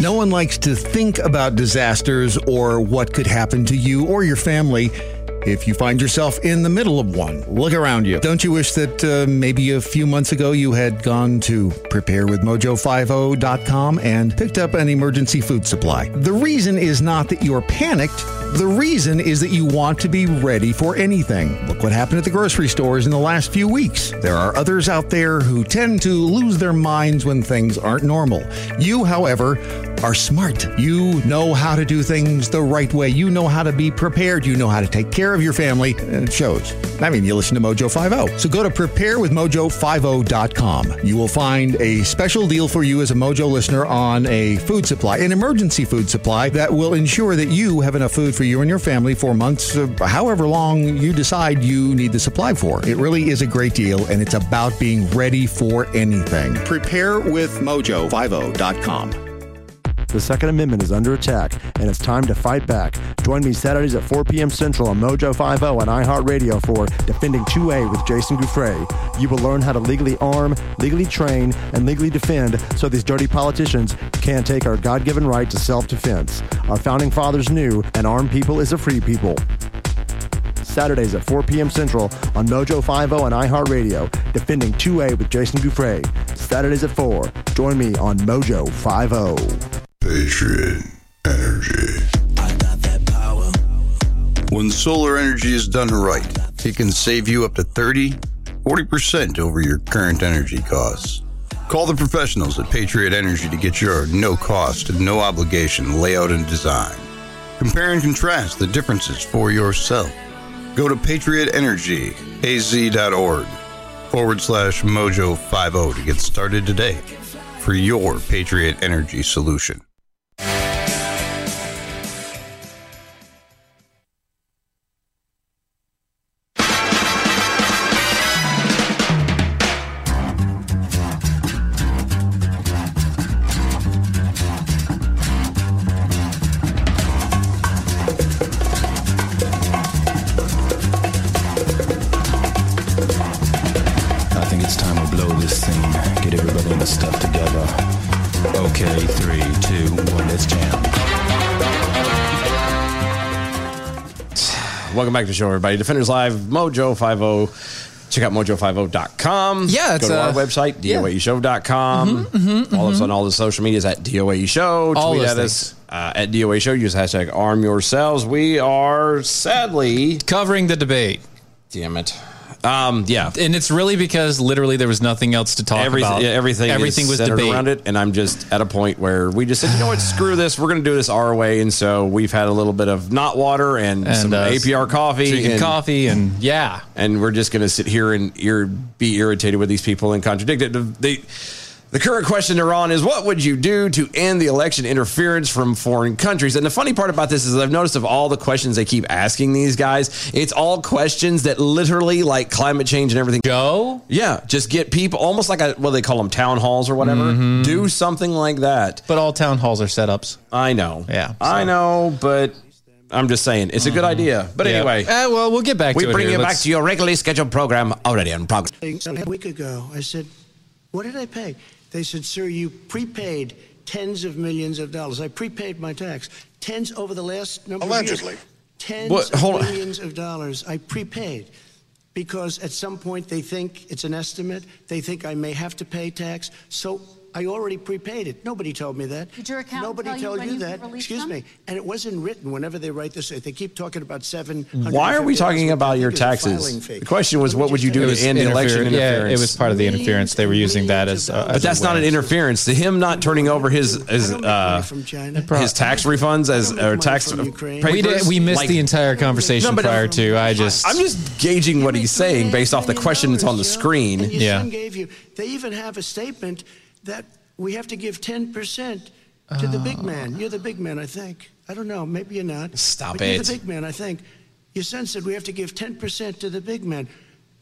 Speaker 9: No one likes to think about disasters or what could happen to you or your family if you find yourself in the middle of one. Look around you. Don't you wish that uh, maybe a few months ago you had gone to preparewithmojo50.com and picked up an emergency food supply? The reason is not that you're panicked. The reason is that you want to be ready for anything. Look what happened at the grocery stores in the last few weeks. There are others out there who tend to lose their minds when things aren't normal. You, however, are smart. You know how to do things the right way. You know how to be prepared. You know how to take care of your family, and it shows. I mean, you listen to Mojo 50. So go to preparewithmojo50.com. You will find a special deal for you as a Mojo listener on a food supply, an emergency food supply that will ensure that you have enough food for you and your family for months, uh, however long you decide you need the supply for. It really is a great deal, and it's about being ready for anything. Preparewithmojo50.com.
Speaker 10: The Second Amendment is under attack, and it's time to fight back. Join me Saturdays at 4 p.m. Central on Mojo 50 and iHeartRadio for Defending 2A with Jason Gouffre. You will learn how to legally arm, legally train, and legally defend so these dirty politicians can't take our God given right to self defense. Our founding fathers knew an armed people is a free people. Saturdays at 4 p.m. Central on Mojo 50 and iHeartRadio, Defending 2A with Jason Gouffre. Saturdays at 4. Join me on Mojo oh. 50.
Speaker 11: Patriot Energy. When solar energy is done right, it can save you up to 30, 40% over your current energy costs. Call the professionals at Patriot Energy to get your no cost, no obligation layout and design. Compare and contrast the differences for yourself. Go to patriotenergyaz.org forward slash mojo 50 to get started today for your Patriot Energy solution.
Speaker 12: I think it's time we blow this thing. Get everybody in the stuff together. Okay, three, two, one, let's jam.
Speaker 4: Welcome back to the show, everybody. Defenders Live, Mojo 50. Check out mojo50.com.
Speaker 5: Yeah, it's,
Speaker 4: Go to our
Speaker 5: uh,
Speaker 4: website,
Speaker 5: yeah. Mm-hmm,
Speaker 4: doaeshow.com. Follow us on all the social medias at DOAE Show.
Speaker 5: All
Speaker 4: Tweet
Speaker 5: those
Speaker 4: at us uh, at DOAE Show. Use hashtag arm yourselves. We are sadly
Speaker 5: covering the debate.
Speaker 4: Damn it. Um, yeah.
Speaker 5: And it's really because literally there was nothing else to talk
Speaker 4: Everything,
Speaker 5: about.
Speaker 4: yeah, everything,
Speaker 5: everything
Speaker 4: is
Speaker 5: was
Speaker 4: centered
Speaker 5: debate.
Speaker 4: around it, and I'm just at a point where we just said, you know what, screw this. We're going to do this our way, and so we've had a little bit of not water and,
Speaker 5: And,
Speaker 4: some
Speaker 5: uh,
Speaker 4: APR coffee,
Speaker 5: drinking
Speaker 4: and,
Speaker 5: coffee, and yeah,
Speaker 4: and we're just going to sit here and ear, be irritated with these people and contradict it. The, the, the current question they're on is what would you do to end the election interference from foreign countries? And the funny part about this is I've noticed of all the questions they keep asking these guys, it's all questions that literally like climate change and everything.
Speaker 5: Joe?
Speaker 4: Yeah, just get people almost like a what do they call them town halls or whatever.
Speaker 5: Mm-hmm.
Speaker 4: Do something like that.
Speaker 5: But all town halls are setups.
Speaker 4: I know.
Speaker 5: Yeah,
Speaker 4: I
Speaker 5: so- Mm-hmm.
Speaker 4: know, but I'm just saying it's a good idea. But
Speaker 5: Yeah.
Speaker 4: anyway,
Speaker 5: Eh, well, we'll get back
Speaker 4: we
Speaker 5: to it.
Speaker 4: bring
Speaker 5: here.
Speaker 4: you back
Speaker 5: Let's-
Speaker 4: to your regularly scheduled program already on progress.
Speaker 6: things a week ago. I said, What did I pay? They said, Sir, you prepaid tens of millions of dollars. I prepaid my tax. Tens over the last number
Speaker 2: Allegedly.
Speaker 6: of years. Tens
Speaker 4: What?
Speaker 6: of
Speaker 4: Hold on.
Speaker 6: millions of dollars I prepaid. Because at some point they think it's an estimate. They think I may have to pay tax. So I already prepaid it. Nobody told me that.
Speaker 7: Did your accountant
Speaker 6: Nobody
Speaker 7: tell you
Speaker 6: told
Speaker 7: when
Speaker 6: you,
Speaker 7: you could
Speaker 6: that.
Speaker 7: release
Speaker 6: Excuse
Speaker 7: them?
Speaker 6: me. And it wasn't written. Whenever they write this, they keep talking about seven.
Speaker 4: Why are we talking about your
Speaker 6: filing
Speaker 4: taxes?
Speaker 6: fee.
Speaker 4: The question was, what would you do
Speaker 5: It
Speaker 4: to
Speaker 5: was
Speaker 4: end the election
Speaker 5: interfere- yeah,
Speaker 4: interference?
Speaker 5: it was part of the interference. They were using that as. Uh,
Speaker 4: But that's not an interference to him not turning over his his uh, his tax refunds as or tax.
Speaker 5: We did,
Speaker 4: papers.
Speaker 5: we missed
Speaker 4: Like,
Speaker 5: the entire conversation
Speaker 4: No, but
Speaker 5: prior to. I just.
Speaker 4: I'm just gauging what he's saying based off the question that's on the screen.
Speaker 6: Your son gave you. They even have a statement that we have to give ten percent to the big man. You're the big man, I think. I don't know. Maybe you're not.
Speaker 4: Stop
Speaker 6: but You're
Speaker 4: it.
Speaker 6: the big man, I think. Your son said we have to give ten percent to the big man.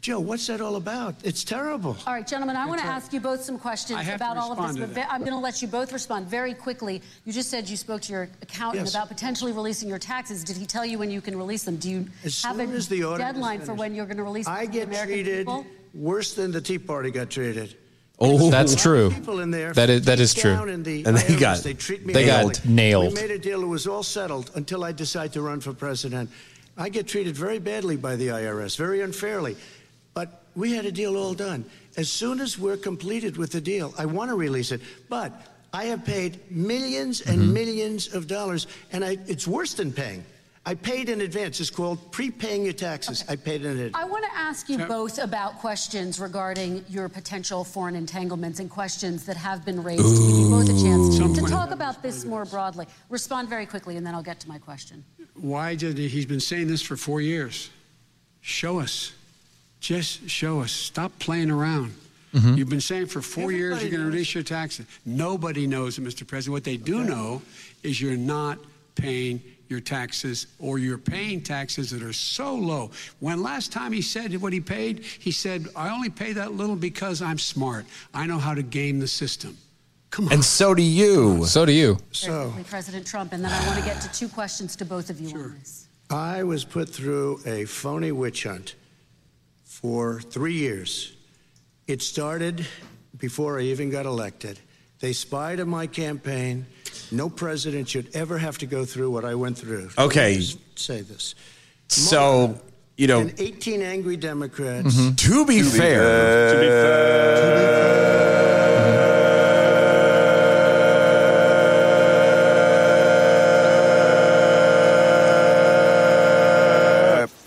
Speaker 6: Joe, what's that all about? It's terrible.
Speaker 7: All right, gentlemen, I want to ask you both some
Speaker 6: I
Speaker 7: questions
Speaker 6: have to
Speaker 7: about all of
Speaker 6: respond
Speaker 7: this,
Speaker 6: to
Speaker 7: but ve-
Speaker 6: that.
Speaker 7: I'm going to let you both respond very quickly. You just said you spoke to your accountant
Speaker 6: Yes.
Speaker 7: about potentially releasing your taxes. Did he tell you when you can release them? Do you
Speaker 6: As
Speaker 7: have
Speaker 6: soon
Speaker 7: a
Speaker 6: as the audit is
Speaker 7: deadline for
Speaker 6: finished.
Speaker 7: when you're going to release them
Speaker 6: I
Speaker 7: to the
Speaker 6: get
Speaker 7: American
Speaker 6: treated
Speaker 7: people?
Speaker 6: worse than the Tea Party got treated.
Speaker 5: Oh, that's
Speaker 6: There are
Speaker 5: true.
Speaker 6: people in there
Speaker 5: That is that is
Speaker 6: deep
Speaker 5: true.
Speaker 6: down in the
Speaker 5: And
Speaker 4: they
Speaker 6: IRS,
Speaker 4: got-
Speaker 6: they, treat me
Speaker 5: they got
Speaker 6: badly.
Speaker 5: nailed.
Speaker 6: We made a deal; it was all settled until I decide to run for president. I get treated very badly by the IRS, very unfairly. But we had a deal all done. As soon as we're completed with the deal, I want to release it. But I have paid millions and
Speaker 5: Mm-hmm.
Speaker 6: millions of dollars, and I, it's worse than paying. I paid in advance. It's called prepaying your taxes. I paid in advance.
Speaker 7: I want to ask you both about questions regarding your potential foreign entanglements and questions that have been raised. To give you both a chance to talk about this more broadly. Respond very quickly, and then I'll get to my question.
Speaker 8: Why did he, he's been saying this for four years? Show us. Just show us. Stop playing around. You've been saying for four years you're going to reduce your taxes. Nobody knows it, Mr. President. What they do know is you're not paying your taxes or you're paying taxes that are so low. When last time he said what he paid, he said, I only pay that little because I'm smart. I know how to game the system.
Speaker 4: And so do you.
Speaker 5: So do you.
Speaker 7: Very
Speaker 4: Oh.
Speaker 7: quickly, President Trump, and then I want to get to two questions to both of you on this.
Speaker 6: I was put through a phony witch hunt for three years. It started before I even got elected. They spied on my campaign. No president should ever have to go through what I went through. Let me
Speaker 4: Okay.
Speaker 6: just Say this.
Speaker 4: So you know, Mm-hmm.
Speaker 6: And 18 angry Democrats.
Speaker 4: to be fair, to be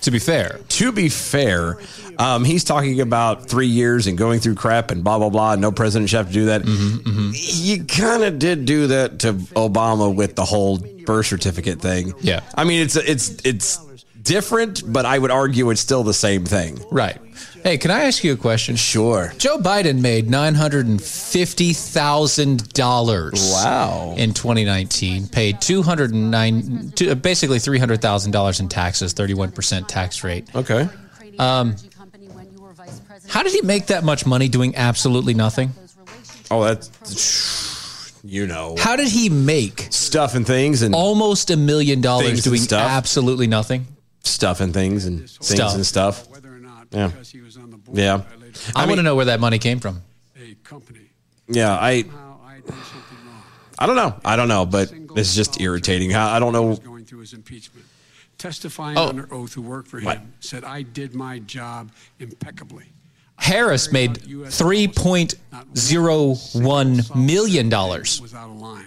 Speaker 5: To be fair.
Speaker 4: To be fair, um, he's talking about three years and going through crap and blah, blah, blah. and No president should have to do that. mm-hmm. You kind of did do that to Obama with the whole birth certificate thing.
Speaker 5: Yeah.
Speaker 4: I mean, it's, it's, it's different, but I would argue it's still the same thing.
Speaker 5: Right. Hey, can I ask you a question?
Speaker 4: Sure.
Speaker 5: Joe Biden made nine hundred and fifty thousand dollars.
Speaker 4: Wow.
Speaker 5: In twenty nineteen, paid two hundred and nine, uh, basically three hundred thousand dollars in taxes, thirty one percent tax rate.
Speaker 4: Okay.
Speaker 5: Um, how did he make that much money doing absolutely nothing?
Speaker 4: Oh, that's, you know,
Speaker 5: How did he make
Speaker 4: stuff and things and
Speaker 5: almost a million dollars
Speaker 4: Things and
Speaker 5: doing
Speaker 4: stuff.
Speaker 5: absolutely nothing?
Speaker 4: stuff and things and things
Speaker 5: Stuff.
Speaker 4: and stuff. Yeah. Yeah.
Speaker 5: I, want to know where that money came from.
Speaker 4: Yeah, I. I don't know. I don't know, but it's just irritating. I I don't know.
Speaker 8: going through his impeachment. Testifying
Speaker 4: Oh.
Speaker 8: under oath who worked for him
Speaker 4: What?
Speaker 8: said, I did my job impeccably.
Speaker 5: Harris made three point zero one million dollars.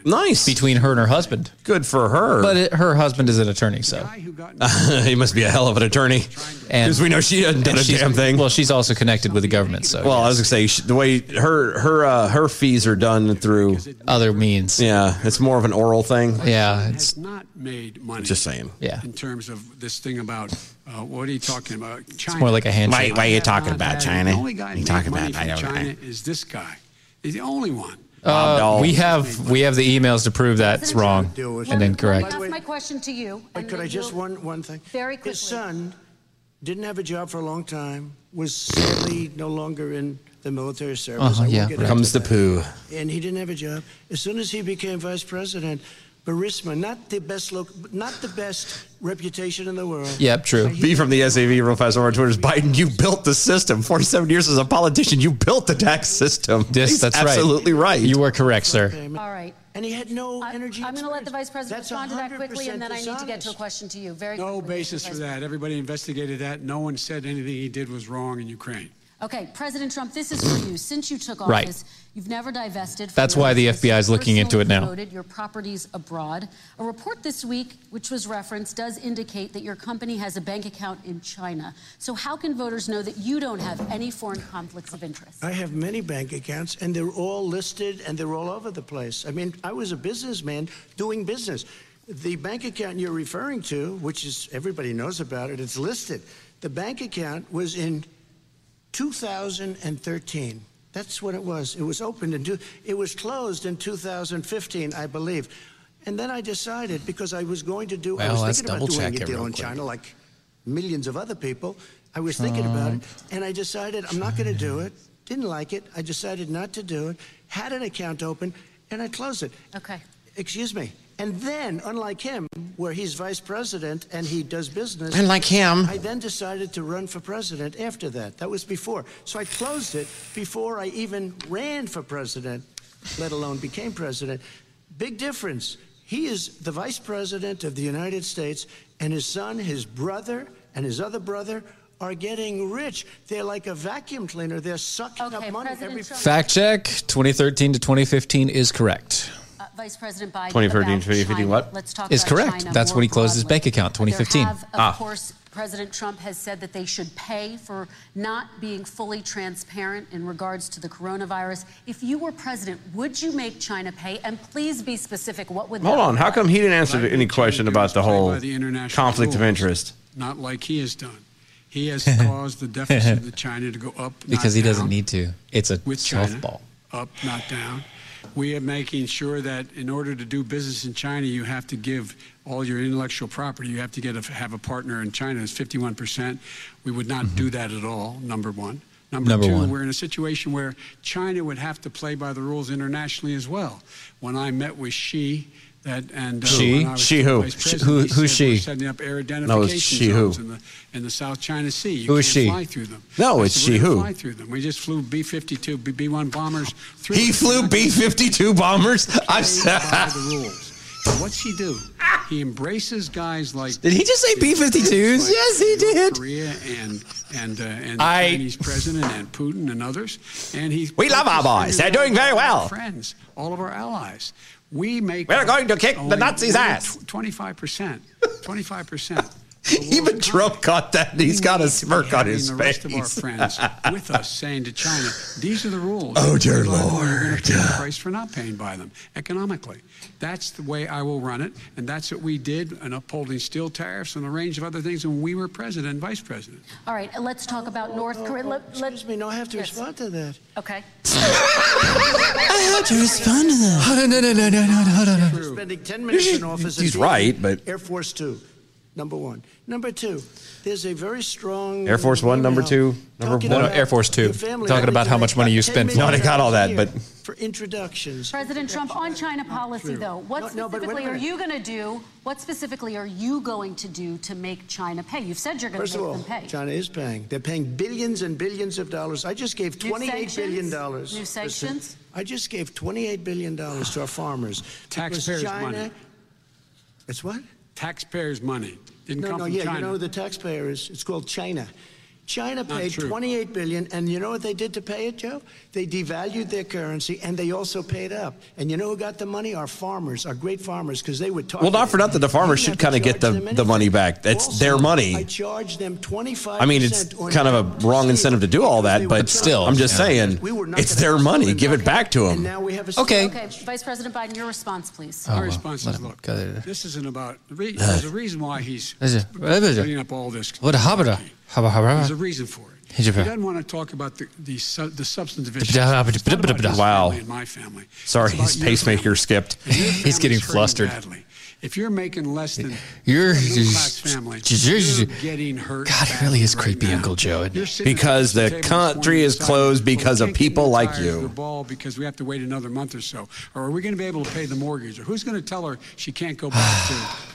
Speaker 4: Nice
Speaker 5: between her and her husband.
Speaker 4: Good for her.
Speaker 5: But it, her husband is an attorney, so
Speaker 4: he must be a hell of an attorney. Because we know she hasn't done
Speaker 5: and
Speaker 4: a
Speaker 5: she's-
Speaker 4: damn thing.
Speaker 5: Well, she's also connected with the government, so
Speaker 4: Well, I was gonna say she- the way her her uh, her fees are done through
Speaker 5: other means.
Speaker 4: Yeah, it's more of an oral thing.
Speaker 5: Yeah,
Speaker 8: Has not made money.
Speaker 4: Just saying.
Speaker 5: Yeah.
Speaker 8: In terms of this thing about uh, what are you talking about? China.
Speaker 5: more like a handshake. Why- why are you
Speaker 8: Have
Speaker 5: talking
Speaker 8: not
Speaker 5: about
Speaker 8: had-
Speaker 5: China?
Speaker 8: The only guy
Speaker 5: You
Speaker 8: you
Speaker 5: talking
Speaker 8: talking money
Speaker 5: about- I
Speaker 8: about
Speaker 5: don't- I-
Speaker 8: China is this guy. He's the only one.
Speaker 5: Uh, we have we have the emails to prove that's wrong and incorrect.
Speaker 7: That's my question to you.
Speaker 6: But could I just one one thing? Very quickly. His son didn't have a job for a long time. Was sadly no longer in the military service. I
Speaker 4: Uh-huh,
Speaker 6: won't
Speaker 4: yeah,
Speaker 6: get
Speaker 4: right.
Speaker 6: into
Speaker 4: Comes the
Speaker 6: that.
Speaker 4: poo.
Speaker 6: And he didn't have a job. As soon as he became vice president, Burisma, not the best loc, not the best reputation in the world.
Speaker 5: Yep, true.
Speaker 4: B from the SAV, real fast over on Twitter. is, Biden, you built the system. Forty-seven years as a politician, you built the tax system.
Speaker 5: Yes,
Speaker 4: He's
Speaker 5: that's right.
Speaker 4: absolutely right.
Speaker 5: You are correct, sir.
Speaker 7: All right.
Speaker 6: And he had no
Speaker 7: energy. I'm going to let the vice president
Speaker 6: That's
Speaker 7: respond to that quickly,
Speaker 6: 100%
Speaker 7: and then I need to get to a
Speaker 6: dishonest.
Speaker 7: question to you. Very
Speaker 8: No
Speaker 7: quickly,
Speaker 8: basis
Speaker 7: Vice
Speaker 8: for that. Everybody investigated that. No one said anything he did was wrong in Ukraine.
Speaker 7: President. Okay, President Trump, this is for you. Since you took office,
Speaker 5: Right.
Speaker 7: you've never divested. from
Speaker 5: That's
Speaker 7: your
Speaker 5: why the
Speaker 7: assets,
Speaker 5: FBI is looking into it
Speaker 7: personally
Speaker 5: now.
Speaker 7: Promoted your properties abroad. A report this week, which was referenced, does indicate that your company has a bank account in China. So how can voters know that you don't have any foreign conflicts of interest?
Speaker 6: I have many bank accounts, and they're all listed and they're all over the place. I mean, I was a businessman doing business. The bank account you're referring to, which is everybody knows about it, it's listed. The bank account was in 2013. That's what it was. It was opened in two, it was closed in 2015, I believe. And then I decided because I was going to do I
Speaker 5: Well,
Speaker 6: was
Speaker 5: let's
Speaker 6: thinking about doing
Speaker 5: double-check
Speaker 6: a
Speaker 5: it
Speaker 6: deal
Speaker 5: real
Speaker 6: in
Speaker 5: quick.
Speaker 6: China like millions of other people. I was thinking about it, and I decided I'm not going to do it. Didn't like it. I decided not to do it. Had an account open, and I closed it.
Speaker 7: Okay.
Speaker 6: Excuse me. And then, unlike him, where he's vice president and he does business.
Speaker 4: Unlike him.
Speaker 6: I then decided to run for president after that. That was before. So I closed it before I even ran for president, let alone became president. Big difference. He is the vice president of the United States, and his son, his brother, and his other brother are getting rich. They're like a vacuum cleaner. They're sucking up money every
Speaker 5: Fact check 2013 to 2015 is correct.
Speaker 7: Uh, Vice President Biden.
Speaker 5: 2013,
Speaker 7: about
Speaker 5: 2015,
Speaker 7: China.
Speaker 5: what?
Speaker 7: Let's talk
Speaker 5: Is
Speaker 7: about
Speaker 5: correct.
Speaker 7: China
Speaker 5: That's
Speaker 7: more
Speaker 5: when he closed his
Speaker 7: broadly.
Speaker 5: bank account,
Speaker 7: There
Speaker 5: 2015.
Speaker 7: have, of
Speaker 5: Ah.
Speaker 7: course, President Trump has said that they should pay for not being fully transparent in regards to the coronavirus. If you were president, would you make China pay? And please be specific. What would?
Speaker 4: Hold
Speaker 7: that
Speaker 4: on. How come he didn't answer any question about the whole
Speaker 8: by the international
Speaker 4: conflict of
Speaker 8: rules.
Speaker 4: interest?
Speaker 8: Not like he has done. He has caused the deficit of China to go up, not
Speaker 5: Because he doesn't
Speaker 8: down.
Speaker 5: need to. It's a
Speaker 8: with
Speaker 5: golf
Speaker 8: China.
Speaker 5: ball.
Speaker 8: up, not down. We are making sure that in order to do business in China, you have to give all your intellectual property. You have to get a, have a partner in China. It's 51 percent. We would not do that at all. Number one. Number,
Speaker 5: Number
Speaker 8: two,
Speaker 5: one.
Speaker 8: we're in a situation where China would have to play by the rules internationally as well. When I met with Xi, that and
Speaker 5: Xi?
Speaker 8: when I was
Speaker 5: Xi
Speaker 8: still
Speaker 5: who?
Speaker 8: vice
Speaker 5: Sh-
Speaker 8: president,
Speaker 5: who-
Speaker 8: he
Speaker 5: who's
Speaker 8: said we're
Speaker 5: Xi?
Speaker 8: setting up air
Speaker 5: No, it's
Speaker 8: identification
Speaker 5: Xi who?
Speaker 8: zones in the in the South China Sea. You
Speaker 5: Who
Speaker 8: can't
Speaker 5: is Xi?
Speaker 8: fly through them.
Speaker 5: No,
Speaker 8: I
Speaker 5: it's
Speaker 8: said,
Speaker 5: Xi
Speaker 8: we're gonna
Speaker 5: who?
Speaker 8: Fly through them. We just flew B-52, B-1 bombers. Through
Speaker 5: He
Speaker 8: them.
Speaker 5: flew B-52 bombers? I'm
Speaker 8: Play by the rules. And What's he do? He embraces guys like.
Speaker 5: Did he just say B-52s?
Speaker 8: Like
Speaker 5: Yes, he did.
Speaker 8: Korea and and uh, and
Speaker 5: I-
Speaker 8: the Chinese president and Putin and others, and he.
Speaker 4: We love our boys. They're doing very well.
Speaker 8: Friends, all of our allies. We make.
Speaker 4: We're going to kick the
Speaker 8: only
Speaker 4: Nazis' ass.
Speaker 8: Twenty-five percent. Twenty-five percent.
Speaker 4: Even Trump got that. and He's got a smirk on his
Speaker 8: the
Speaker 4: face.
Speaker 8: rest of our friends with us saying to China, these are the rules.
Speaker 4: Oh, dear
Speaker 8: By the way, We're going to pay the price for not paying by them economically. That's the way I will run it. And that's what we did in upholding steel tariffs and a range of other things when we were president and vice president.
Speaker 7: All right, let's talk about North Korea. Let, Excuse
Speaker 6: me, no, I have to respond to that.
Speaker 7: Okay.
Speaker 6: I
Speaker 4: had to respond to that. Hold on, no, no, no, no, no, hold on.
Speaker 6: We're spending 10 minutes in office.
Speaker 4: He's
Speaker 6: and
Speaker 4: right, but-
Speaker 6: Air Force Two, number one. Number two, there's a very strong.
Speaker 4: Air Force One, number two, number
Speaker 6: Talking
Speaker 4: one.
Speaker 6: about Air Force Two. your family
Speaker 5: Talking about how much money you spend.
Speaker 4: No, they got all that, but
Speaker 6: For introductions.
Speaker 7: President Trump, on China policy, though, what
Speaker 6: No, no, but wait a
Speaker 7: specifically are
Speaker 6: minute.
Speaker 7: you going to do? What specifically are you going to do to make China pay? You've said you're going
Speaker 6: First
Speaker 7: to
Speaker 6: of
Speaker 7: make
Speaker 6: all,
Speaker 7: them pay.
Speaker 6: China is paying. They're paying billions and billions of dollars. I just gave
Speaker 7: New
Speaker 6: $28 billion.
Speaker 7: sanctions? New
Speaker 6: Listen,
Speaker 7: sanctions?
Speaker 6: I just gave $28 billion to our farmers. because
Speaker 8: Taxpayers'
Speaker 6: China-
Speaker 8: money.
Speaker 6: It's what?
Speaker 8: Taxpayers' money. Didn't
Speaker 6: no,
Speaker 8: come
Speaker 6: no,
Speaker 8: from
Speaker 6: yeah,
Speaker 8: China.
Speaker 6: you know who the taxpayer is. It's called China. China
Speaker 8: Not
Speaker 6: paid
Speaker 8: true.
Speaker 6: 28 billion, and you know what they did to pay it, Joe? They devalued their currency, and they also paid up. And you know who got the money? Our farmers, our great farmers, because they were
Speaker 4: well, not for nothing. The farmers should kind of get the, the money back. That's their money.
Speaker 6: I charged them 25.
Speaker 4: I mean, it's kind of a wrong incentive to do all that, but still, I'm just saying, it's their money. Give it back to them.
Speaker 7: Okay, Vice President Biden, your response, please.
Speaker 8: Our response is look, this isn't about. the re- There's a reason why he's
Speaker 5: Is it-
Speaker 8: putting up all this.
Speaker 5: What habra? Habra
Speaker 8: There's a
Speaker 5: habra.
Speaker 8: reason for it.
Speaker 5: Hey,
Speaker 8: He
Speaker 5: Jabbar.
Speaker 8: doesn't want to talk about the the, su- the substantive issues. It's not about his
Speaker 4: Wow.
Speaker 8: family and my family.
Speaker 4: Sorry,
Speaker 8: It's about
Speaker 4: his
Speaker 8: your
Speaker 4: pacemaker skipped.
Speaker 5: He's getting flustered.
Speaker 8: badly. If you're making less than
Speaker 5: You're-
Speaker 8: a middle-class family,
Speaker 5: you're-
Speaker 8: you're getting hurt.
Speaker 5: God, he really is creepy, Uncle Joe. isn't he?
Speaker 4: Because the country is closed because of people like
Speaker 8: Tires The
Speaker 4: you.
Speaker 8: ball because we have to wait another month or so. Or are we going to be able to pay the mortgage? Or who's going to tell her she can't go back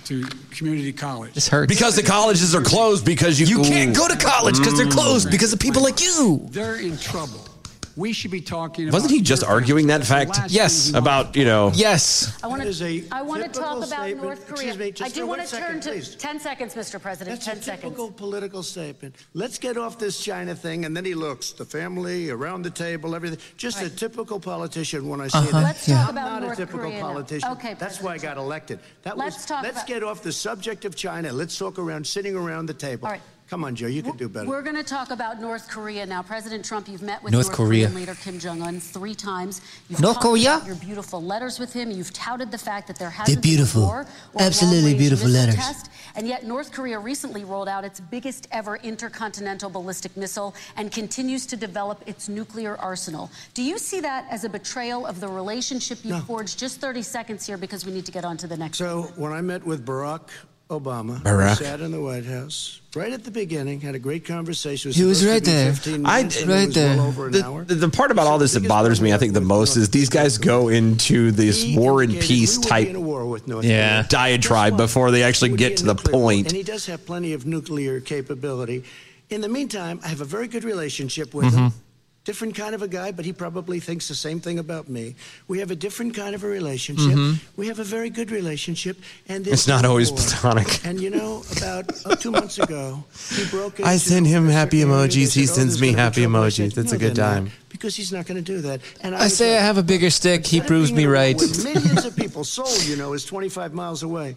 Speaker 8: to, to community college?
Speaker 5: This hurts.
Speaker 4: Because the colleges are closed because you
Speaker 5: You can't go to college 'cause they're closed because of people like you.
Speaker 8: They're in trouble. We should be talking about.
Speaker 4: Wasn't he just arguing that fact? Yes, about you know.
Speaker 5: Yes.
Speaker 7: I want to. I want to
Speaker 6: typical
Speaker 7: talk about
Speaker 6: statement.
Speaker 7: North Korea.
Speaker 6: Excuse me, just
Speaker 7: I do
Speaker 6: for
Speaker 7: want
Speaker 6: one
Speaker 7: to
Speaker 6: second,
Speaker 7: turn to
Speaker 6: please.
Speaker 7: ten seconds, Mr. President.
Speaker 6: That's
Speaker 7: ten
Speaker 6: a
Speaker 7: seconds.
Speaker 6: typical political statement. Let's get off this China thing, and then he looks the family around the table, everything. Just a typical politician. When I say
Speaker 5: Uh-huh,
Speaker 6: that,
Speaker 5: Let's talk
Speaker 6: I'm
Speaker 7: about
Speaker 6: not
Speaker 7: North
Speaker 6: a typical
Speaker 7: Korea now.
Speaker 6: politician.
Speaker 7: Okay,
Speaker 6: that's why I got elected. That
Speaker 7: Let's
Speaker 6: was.
Speaker 7: talk
Speaker 6: let's
Speaker 7: about-
Speaker 6: get off the subject of China. Let's talk around sitting around the table.
Speaker 7: All right.
Speaker 6: Come on, Joe, you can do better.
Speaker 7: We're going to talk about North Korea now. President Trump, you've met with
Speaker 6: North
Speaker 7: North,
Speaker 6: Korea.
Speaker 7: Korean leader Kim Jong Un three times. You've
Speaker 13: North
Speaker 7: talked about
Speaker 13: Korea?
Speaker 7: Your beautiful letters with him. You've touted the fact that there hasn't
Speaker 13: beautiful.
Speaker 7: been a war or a
Speaker 13: Absolutely
Speaker 7: long-range
Speaker 13: beautiful
Speaker 7: missile
Speaker 13: letters.
Speaker 7: Test, and yet, North Korea recently rolled out its biggest ever intercontinental ballistic missile and continues to develop its nuclear arsenal. Do you see that as a betrayal of the relationship you forged? Just 30 seconds here, because we need to get on to the next.
Speaker 6: So when I met with Barack Obama,
Speaker 4: Barack.
Speaker 6: we sat in the White House right at the beginning, had a great conversation. It
Speaker 4: He was
Speaker 6: supposed to
Speaker 4: right
Speaker 6: be
Speaker 4: there.
Speaker 6: 15
Speaker 4: I-
Speaker 6: minutes, and it
Speaker 4: right
Speaker 6: was
Speaker 4: there.
Speaker 6: Well over an
Speaker 4: The-
Speaker 6: hour.
Speaker 4: The, the part about all this that bothers me, I think, the most is these guys go into this war and peace type
Speaker 6: Yeah.
Speaker 4: diatribe before they actually get to the
Speaker 6: And
Speaker 4: point.
Speaker 6: he does have plenty of nuclear capability. In the meantime, I have a very good relationship with him.
Speaker 4: Mhm.
Speaker 6: Different kind of a guy, but he probably thinks the same thing about me. We have a different kind of a relationship.
Speaker 4: Mhm.
Speaker 6: We have a very good relationship, and this
Speaker 4: It's not always
Speaker 6: war-
Speaker 4: platonic.
Speaker 6: And you know, about uh, two months ago, he broke.
Speaker 4: I
Speaker 6: into
Speaker 4: send him
Speaker 6: a
Speaker 4: happy
Speaker 6: certain area. They
Speaker 4: emojis. He
Speaker 6: said,
Speaker 4: sends
Speaker 6: "Oh, there's
Speaker 4: me
Speaker 6: gonna be
Speaker 4: happy
Speaker 6: trouble." I
Speaker 4: emojis.
Speaker 6: said,
Speaker 4: It's a
Speaker 6: "No,
Speaker 4: good
Speaker 6: they're not,"
Speaker 4: time.
Speaker 6: because he's not going to do that. And
Speaker 5: I
Speaker 6: was
Speaker 5: say I
Speaker 6: like,
Speaker 5: have a bigger stick. He proves me right.
Speaker 6: with millions of people. Seoul, you know, is 25 miles away.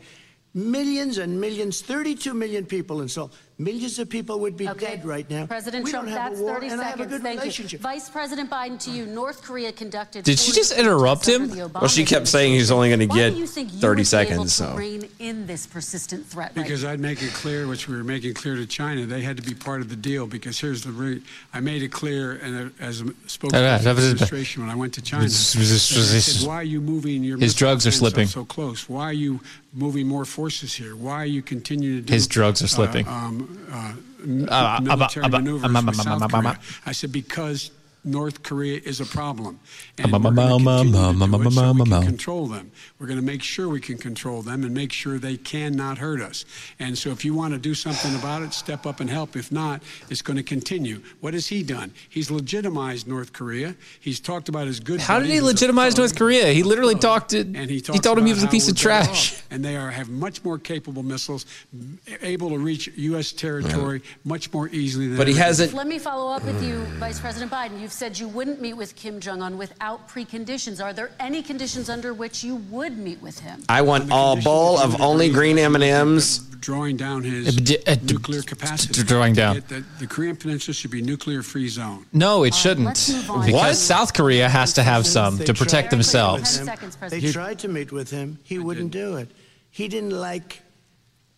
Speaker 6: Millions and millions, 32 million people in Seoul. Millions of people would be dead right now.
Speaker 7: President
Speaker 6: we
Speaker 7: Trump,
Speaker 6: don't have
Speaker 7: that's
Speaker 6: a war,
Speaker 7: 30
Speaker 6: and I have a
Speaker 7: seconds.
Speaker 6: good
Speaker 7: Thank you.
Speaker 6: relationship.
Speaker 7: Vice President Biden, to you, North Korea conducted.
Speaker 4: Did she just interrupt him? Well, she kept saying he's only going to get 30 seconds. So
Speaker 7: Rein in this persistent threat. Right
Speaker 8: Because I'd make it clear, which we were making clear to China, they had to be part of the deal. Because here's the re- I made it clear, and uh, as a spokesman
Speaker 5: right, that
Speaker 8: for the
Speaker 5: was it.
Speaker 8: administration when I went to China,
Speaker 5: This- this- this-
Speaker 8: and I
Speaker 5: this-
Speaker 8: said, "Why are you moving your
Speaker 5: His
Speaker 8: missile
Speaker 5: drugs are
Speaker 8: defense up
Speaker 5: slipping.
Speaker 8: so close? Why are you moving more forces here? Why are you continuing to do
Speaker 5: His drugs are
Speaker 8: uh,
Speaker 5: slipping.
Speaker 8: um, uh, m-
Speaker 5: Uh, uh,
Speaker 8: military
Speaker 5: uh, uh,
Speaker 8: maneuvers
Speaker 5: uh, uh,
Speaker 8: with
Speaker 5: uh,
Speaker 8: South
Speaker 5: uh, uh,
Speaker 8: Korea?" I said because North Korea is a problem.
Speaker 5: Um, um, um, um, um, um, um, um, um, um.
Speaker 8: control them. We're going to make sure we can control them and make sure they cannot hurt us. And so if you want to do something about it, step up and help. If not, it's going to continue. What has he done? He's legitimized North Korea. He's talked about his good.
Speaker 5: How did
Speaker 8: buddy
Speaker 5: he
Speaker 8: who's a
Speaker 5: legitimize North Korea? He literally talked to,
Speaker 8: and he,
Speaker 5: he
Speaker 8: talks
Speaker 5: told him he
Speaker 8: about
Speaker 5: was a
Speaker 8: how
Speaker 5: piece of
Speaker 8: we're better
Speaker 5: trash.
Speaker 8: off. And they are have much more capable missiles, m- able to reach U.S. territory much more easily than. ever.
Speaker 7: Let me follow up with you, Vice President Biden. You've said you wouldn't meet with Kim Jong Un without preconditions. Are there any conditions under which you would meet with him?
Speaker 4: I want a bowl of only green M&Ms.
Speaker 8: Drawing down his nuclear capacity.
Speaker 5: drawing down.
Speaker 8: Yet The, the Korean Peninsula should be nuclear free zone.
Speaker 5: No, it shouldn't.
Speaker 8: What?
Speaker 5: Because South Korea has to have some to protect themselves.
Speaker 6: They tried to meet with him. He wouldn't do it. He didn't like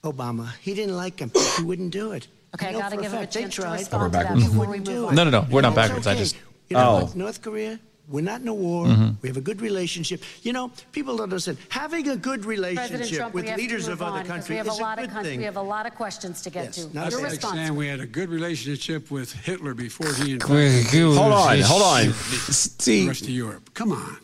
Speaker 6: Obama. He didn't like him. He wouldn't do it.
Speaker 7: Okay, I
Speaker 6: know
Speaker 7: gotta
Speaker 6: for a
Speaker 7: give him a
Speaker 6: fact they
Speaker 7: chance to
Speaker 6: tried.
Speaker 7: respond
Speaker 5: We're to that backwards. before
Speaker 6: He wouldn't do it.
Speaker 5: No, no, no. We're not
Speaker 6: That's
Speaker 5: backwards. I
Speaker 6: okay.
Speaker 5: just.
Speaker 6: You know,
Speaker 5: oh.
Speaker 6: what, North Korea, we're not in a war.
Speaker 4: Mm-hmm.
Speaker 5: Mhm.
Speaker 6: We have a good relationship. You know, people don't understand. Having a good
Speaker 7: President
Speaker 6: relationship
Speaker 7: Trump,
Speaker 6: with
Speaker 7: we have to
Speaker 6: leaders
Speaker 7: move
Speaker 6: of other
Speaker 7: on, 'cause
Speaker 6: countries
Speaker 7: We have a
Speaker 6: is
Speaker 7: lot
Speaker 6: a
Speaker 7: of
Speaker 6: good
Speaker 7: con-
Speaker 6: thing.
Speaker 7: We have a lot of questions to get to.
Speaker 6: not
Speaker 8: That's
Speaker 7: Your
Speaker 8: like
Speaker 7: response.
Speaker 8: saying we had a good relationship with Hitler before he invaded
Speaker 4: Hold on, hold on.
Speaker 8: the
Speaker 4: See,
Speaker 8: rest of Europe. Come on.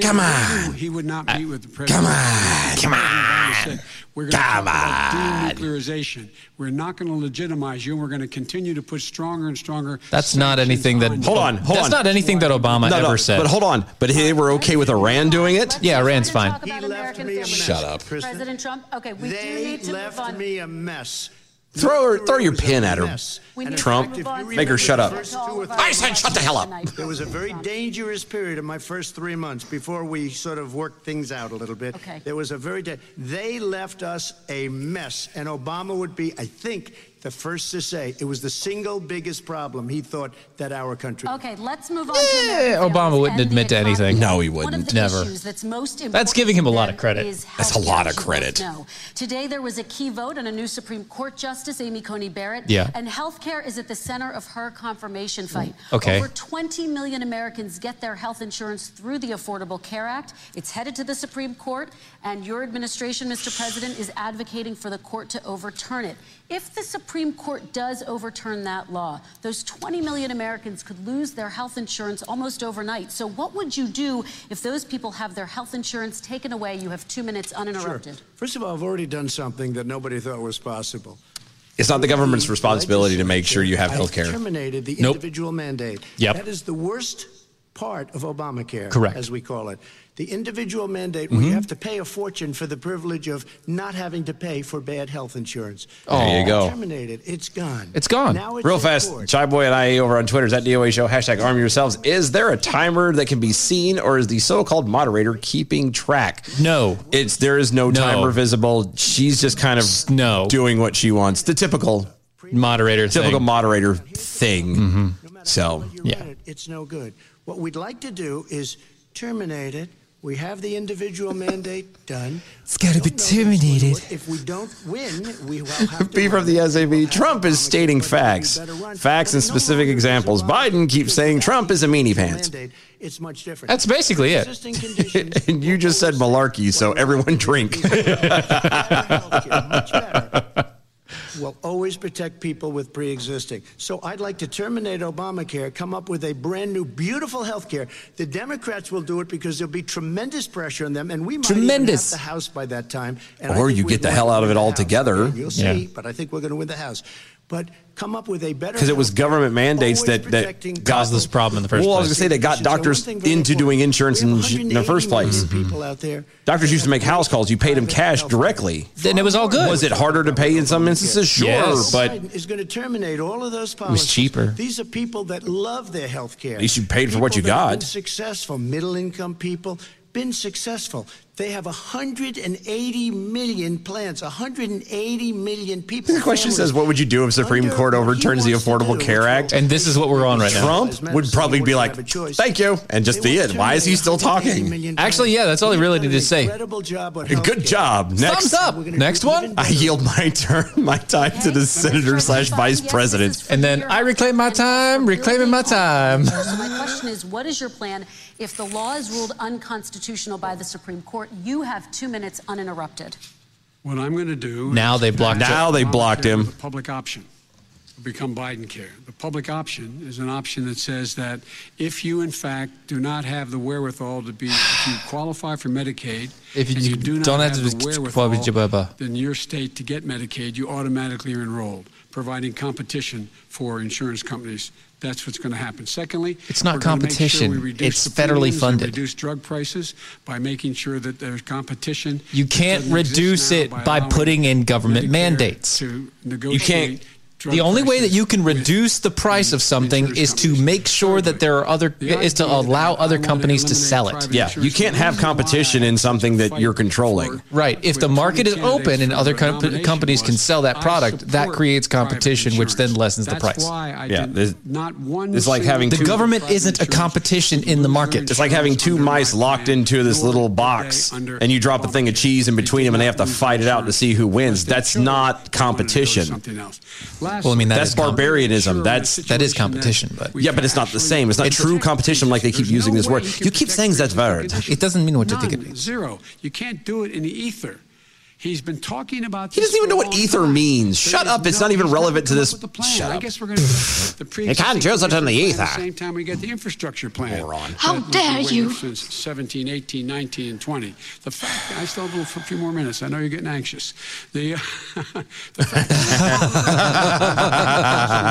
Speaker 4: Come
Speaker 8: on. He would not meet with the president. Come on. Come on. We're going to talk about denuclearization. We're not going to legitimize you, and we're going to continue to put stronger and stronger.
Speaker 5: That's not anything that.
Speaker 4: hold on, hold
Speaker 5: That's
Speaker 4: on.
Speaker 5: not anything that Obama
Speaker 4: No, no,
Speaker 5: ever said.
Speaker 4: But hold on. But they were okay with Iran doing it?
Speaker 5: Yeah, Iran's fine.
Speaker 7: Talk about American families.
Speaker 4: Shut up.
Speaker 7: President Trump. Okay, we do
Speaker 6: They
Speaker 7: need to move
Speaker 6: left
Speaker 7: on.
Speaker 6: me a mess.
Speaker 4: Throw her, throw your pin at her,
Speaker 6: We need
Speaker 4: Trump.
Speaker 6: to move on.
Speaker 4: Make her shut up.
Speaker 6: First two or three
Speaker 4: I said shut the hell up.
Speaker 6: It was a very dangerous period in my first three months before we sort of worked things out a little bit. Okay. There was a very da- they left us a mess, and Obama would be, I think, the first to say it was the single biggest problem he thought that our country.
Speaker 7: Okay, let's move on. to
Speaker 5: Eh,
Speaker 7: American
Speaker 5: Obama wouldn't
Speaker 7: and the
Speaker 5: admit to
Speaker 7: economy.
Speaker 5: anything. No, he
Speaker 7: One of
Speaker 5: wouldn't.
Speaker 7: the
Speaker 5: Never.
Speaker 7: issues That's, most
Speaker 5: That's
Speaker 7: important
Speaker 5: giving him a
Speaker 7: to
Speaker 5: lot
Speaker 7: them
Speaker 5: of credit.
Speaker 7: is
Speaker 5: That's a
Speaker 7: health
Speaker 5: lot
Speaker 7: care.
Speaker 5: of
Speaker 7: You
Speaker 5: credit.
Speaker 7: must know. Today there was a key vote on a new Supreme Court Justice, Amy Coney Barrett.
Speaker 5: Yeah.
Speaker 7: And healthcare is at the center of her confirmation fight.
Speaker 5: Okay.
Speaker 7: Over 20 million Americans get their health insurance through the Affordable Care Act. It's headed to the Supreme Court, and your administration, Mr. President, is advocating for the court to overturn it. If the Supreme Court does overturn that law, those 20 million Americans could lose their health insurance almost overnight. So, what would you do if those people have their health insurance taken away? You have two minutes uninterrupted.
Speaker 6: First of all, I've already done something that nobody thought was possible.
Speaker 4: It's not the government's responsibility to make sure you have
Speaker 6: I
Speaker 4: health care.
Speaker 6: Terminated the
Speaker 4: Nope.
Speaker 6: individual mandate.
Speaker 4: Yep.
Speaker 6: That is the worst part of Obamacare,
Speaker 5: Correct.
Speaker 6: as we call it. The individual mandate
Speaker 4: Mm-hmm.
Speaker 6: where you
Speaker 5: Mhm.
Speaker 6: have to pay a fortune for the privilege of not having to pay for bad health insurance.
Speaker 4: There you go.
Speaker 6: Terminated. It's gone.
Speaker 4: It's gone.
Speaker 6: Now it's
Speaker 4: Real
Speaker 6: in
Speaker 4: fast.
Speaker 6: court.
Speaker 4: Chai Boy and I over on Twitter is at DOA show hashtag arm yourselves. Is there a timer that can be seen or is the so-called moderator keeping track?
Speaker 5: No.
Speaker 4: It's there is no, timer visible. She's just kind of
Speaker 5: no
Speaker 4: doing what she wants. The typical
Speaker 5: moderator
Speaker 4: typical
Speaker 5: thing.
Speaker 4: moderator thing.
Speaker 5: Mm-hmm.
Speaker 4: So
Speaker 6: yeah. It's no good. What we'd like to do is terminate it. We have the individual mandate done.
Speaker 4: It's got to be terminated.
Speaker 6: If we don't win, we will have
Speaker 4: B from the SAB. Trump is stating facts, facts and specific examples. Biden keeps saying Trump is a meanie pants.
Speaker 6: It's much different.
Speaker 4: That's basically it. and you just said malarkey, so everyone drink.
Speaker 6: will always protect people with pre-existing. So I'd like to terminate Obamacare, come up with a brand new, beautiful health care. The Democrats will do it because there'll be tremendous pressure on them, and we might even have
Speaker 4: Tremendous.
Speaker 6: the House by that time. And I
Speaker 4: or
Speaker 6: think
Speaker 4: you
Speaker 6: we'd
Speaker 4: get the
Speaker 6: win
Speaker 4: hell out of it
Speaker 6: the House.
Speaker 4: altogether.
Speaker 6: You'll see, but I think we're going to win the House. But come up with a better
Speaker 4: Because it was government mandates that, that caused this problem in the first well, I was going to say that got doctors into doing insurance in, in the first place.
Speaker 6: people out there.
Speaker 4: Doctors used to make house calls. You paid them cash directly.
Speaker 5: Then it was all good.
Speaker 4: Was it harder to pay in some instances? Sure,
Speaker 5: Yes.
Speaker 4: but
Speaker 6: Biden is going to terminate all of those
Speaker 4: was
Speaker 6: policies.
Speaker 4: cheaper.
Speaker 6: These are people that love their health care.
Speaker 4: At least you paid for what you got.
Speaker 6: Been successful, middle income people, been successful. They have 180 million plans, 180 million people.
Speaker 4: the question says, what would you do if Supreme Court overturns the Affordable Care Act?
Speaker 5: And this is what we're on right now.
Speaker 4: Trump would probably be like, thank you, and just be it. Why is he still talking?
Speaker 5: Actually, yeah, that's all he really needed to say.
Speaker 4: Good job. Next
Speaker 5: Thumbs up. Next one.
Speaker 4: I yield my turn, my time to the senator slash vice president.
Speaker 5: And then I reclaim my time, reclaiming my time.
Speaker 7: So my question is, what is your plan if the law is ruled unconstitutional by the Supreme Court? You have two minutes uninterrupted.
Speaker 8: What I'm going to do.
Speaker 5: Now they blocked him. Now they blocked him.
Speaker 8: The public option will become Biden care. The public option is an option that says that if you, in fact, do not have the wherewithal to be, if you qualify for Medicaid,
Speaker 5: If you
Speaker 8: and do not
Speaker 5: don't
Speaker 8: have,
Speaker 5: have to
Speaker 8: the
Speaker 5: be-
Speaker 8: wherewithal, then your state to get Medicaid, you automatically are enrolled, providing competition for insurance companies. That's what's going to happen. Secondly,
Speaker 5: It's not
Speaker 8: we're gonna make sure
Speaker 5: competition.
Speaker 8: we reduce
Speaker 5: It's
Speaker 8: the
Speaker 5: federally
Speaker 8: premiums and
Speaker 5: funded.
Speaker 8: Reduce drug prices by making sure that there's competition.
Speaker 5: You
Speaker 8: that
Speaker 5: can't
Speaker 8: doesn't exist
Speaker 5: reduce
Speaker 8: now
Speaker 5: it by
Speaker 8: allowing
Speaker 5: putting in government
Speaker 8: Medicare
Speaker 5: mandates.
Speaker 8: to
Speaker 5: You can't.
Speaker 8: negotiate drug
Speaker 5: The only way that you can reduce the price of something is to make sure that there are other is to allow other companies to sell it.
Speaker 4: Yeah, you can't have competition in something that you're controlling.
Speaker 5: Right. If the market is open and other com- companies can sell that product, that creates competition, which then lessens the price.
Speaker 4: Yeah, there's-
Speaker 8: Not one.
Speaker 4: it's like having
Speaker 5: the
Speaker 4: two-
Speaker 5: government isn't a competition in the market.
Speaker 4: It's like having two mice locked into this little box, and you drop a thing of cheese in between them, and they have to fight it out to see who wins. That's not competition.
Speaker 8: Last,
Speaker 4: that's barbarianism. That's
Speaker 5: that is competition, but
Speaker 4: yeah, but it's not the same. It's not true competition. Like they keep using this word. You keep saying that's word.
Speaker 5: It doesn't mean what you
Speaker 8: None,
Speaker 5: think it means.
Speaker 8: zero. You can't do it in the ether. He's been talking about.
Speaker 4: He doesn't even know what ether means. Shut up. It's not even relevant to this. Shut
Speaker 8: I
Speaker 4: up.
Speaker 8: guess we're going to the
Speaker 4: You can't
Speaker 8: pre-existing
Speaker 4: use it in the
Speaker 8: plan At
Speaker 4: ether.
Speaker 8: the same time, we get the infrastructure plan. Moron.
Speaker 3: How dare you.
Speaker 8: Since 17, 18, 19, and 20. The fact I still have a few more minutes. I know you're getting anxious. The, the fact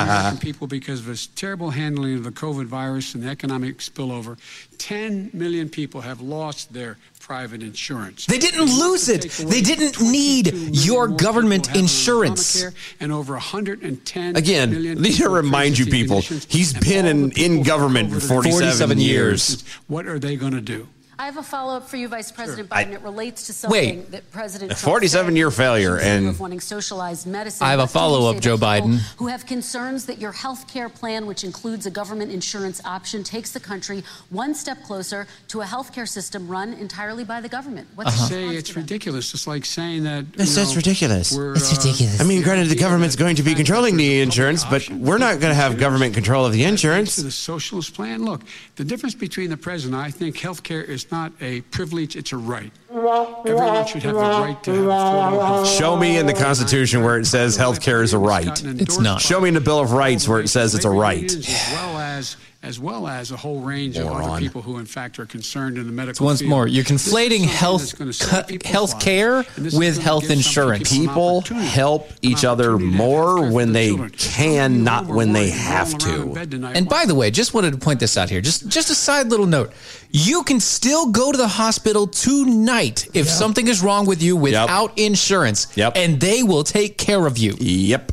Speaker 8: American people because of this terrible handling of the COVID virus and the economic spillover. 10 million people have lost their private insurance.
Speaker 5: They didn't lose it. They didn't need your government insurance.
Speaker 8: Obamacare and over 110
Speaker 4: Again,
Speaker 8: million
Speaker 4: need to
Speaker 8: people
Speaker 4: remind you
Speaker 8: facing
Speaker 4: people,
Speaker 8: conditions.
Speaker 4: he's been in, in government for 47 years.
Speaker 8: What are they going to do?
Speaker 7: I have a follow-up for you, Vice President
Speaker 4: I-
Speaker 7: Biden. it relates to something
Speaker 4: Wait.
Speaker 7: that President
Speaker 4: A
Speaker 7: Trump
Speaker 4: 47
Speaker 7: said
Speaker 4: year failure,
Speaker 7: in favor
Speaker 4: and
Speaker 7: of wanting socialized medicine.
Speaker 5: I have a
Speaker 7: But do you
Speaker 5: follow-up,
Speaker 7: say
Speaker 5: Joe
Speaker 7: that people
Speaker 5: Biden.
Speaker 7: Who have concerns that your health care plan, which includes a government insurance option, takes the country one step closer to a health care system run entirely by the government.
Speaker 5: Uh-huh.
Speaker 7: What's
Speaker 8: To
Speaker 7: your
Speaker 8: say it's ridiculous. It's like saying that. you
Speaker 4: That's, that's
Speaker 8: know,
Speaker 4: ridiculous.
Speaker 8: we're,
Speaker 4: It's
Speaker 8: uh,
Speaker 4: ridiculous. I mean, granted, the government's going to be controlling the insurance, but we're not going to have government control of the
Speaker 8: to
Speaker 4: insurance.
Speaker 8: the socialist plan. Look, the difference between the president, I think health care is not a privilege, it's a right. Everyone should have the right to have affordable health
Speaker 4: Show me in the Constitution where it says healthcare is a right.
Speaker 8: It's not.
Speaker 4: Show me in the Bill of Rights where it says it's a right.
Speaker 8: as well as as well as a whole range of other
Speaker 5: Moron.
Speaker 8: people who, in fact, are concerned in the medical
Speaker 5: once
Speaker 8: field.
Speaker 5: more, you're
Speaker 8: This is
Speaker 5: conflating
Speaker 8: something
Speaker 5: health
Speaker 8: that's gonna save people's
Speaker 5: health
Speaker 8: lives.
Speaker 5: care
Speaker 8: And this is
Speaker 5: with
Speaker 8: gonna
Speaker 5: health
Speaker 8: give some
Speaker 5: insurance.
Speaker 4: People help each other more when they can, not when they have to.
Speaker 5: And by the way, just wanted to point this out here. Just just a side little note. You can still go to the hospital tonight if something is wrong with you without insurance. Yep. And they will take care of you.
Speaker 4: Yep.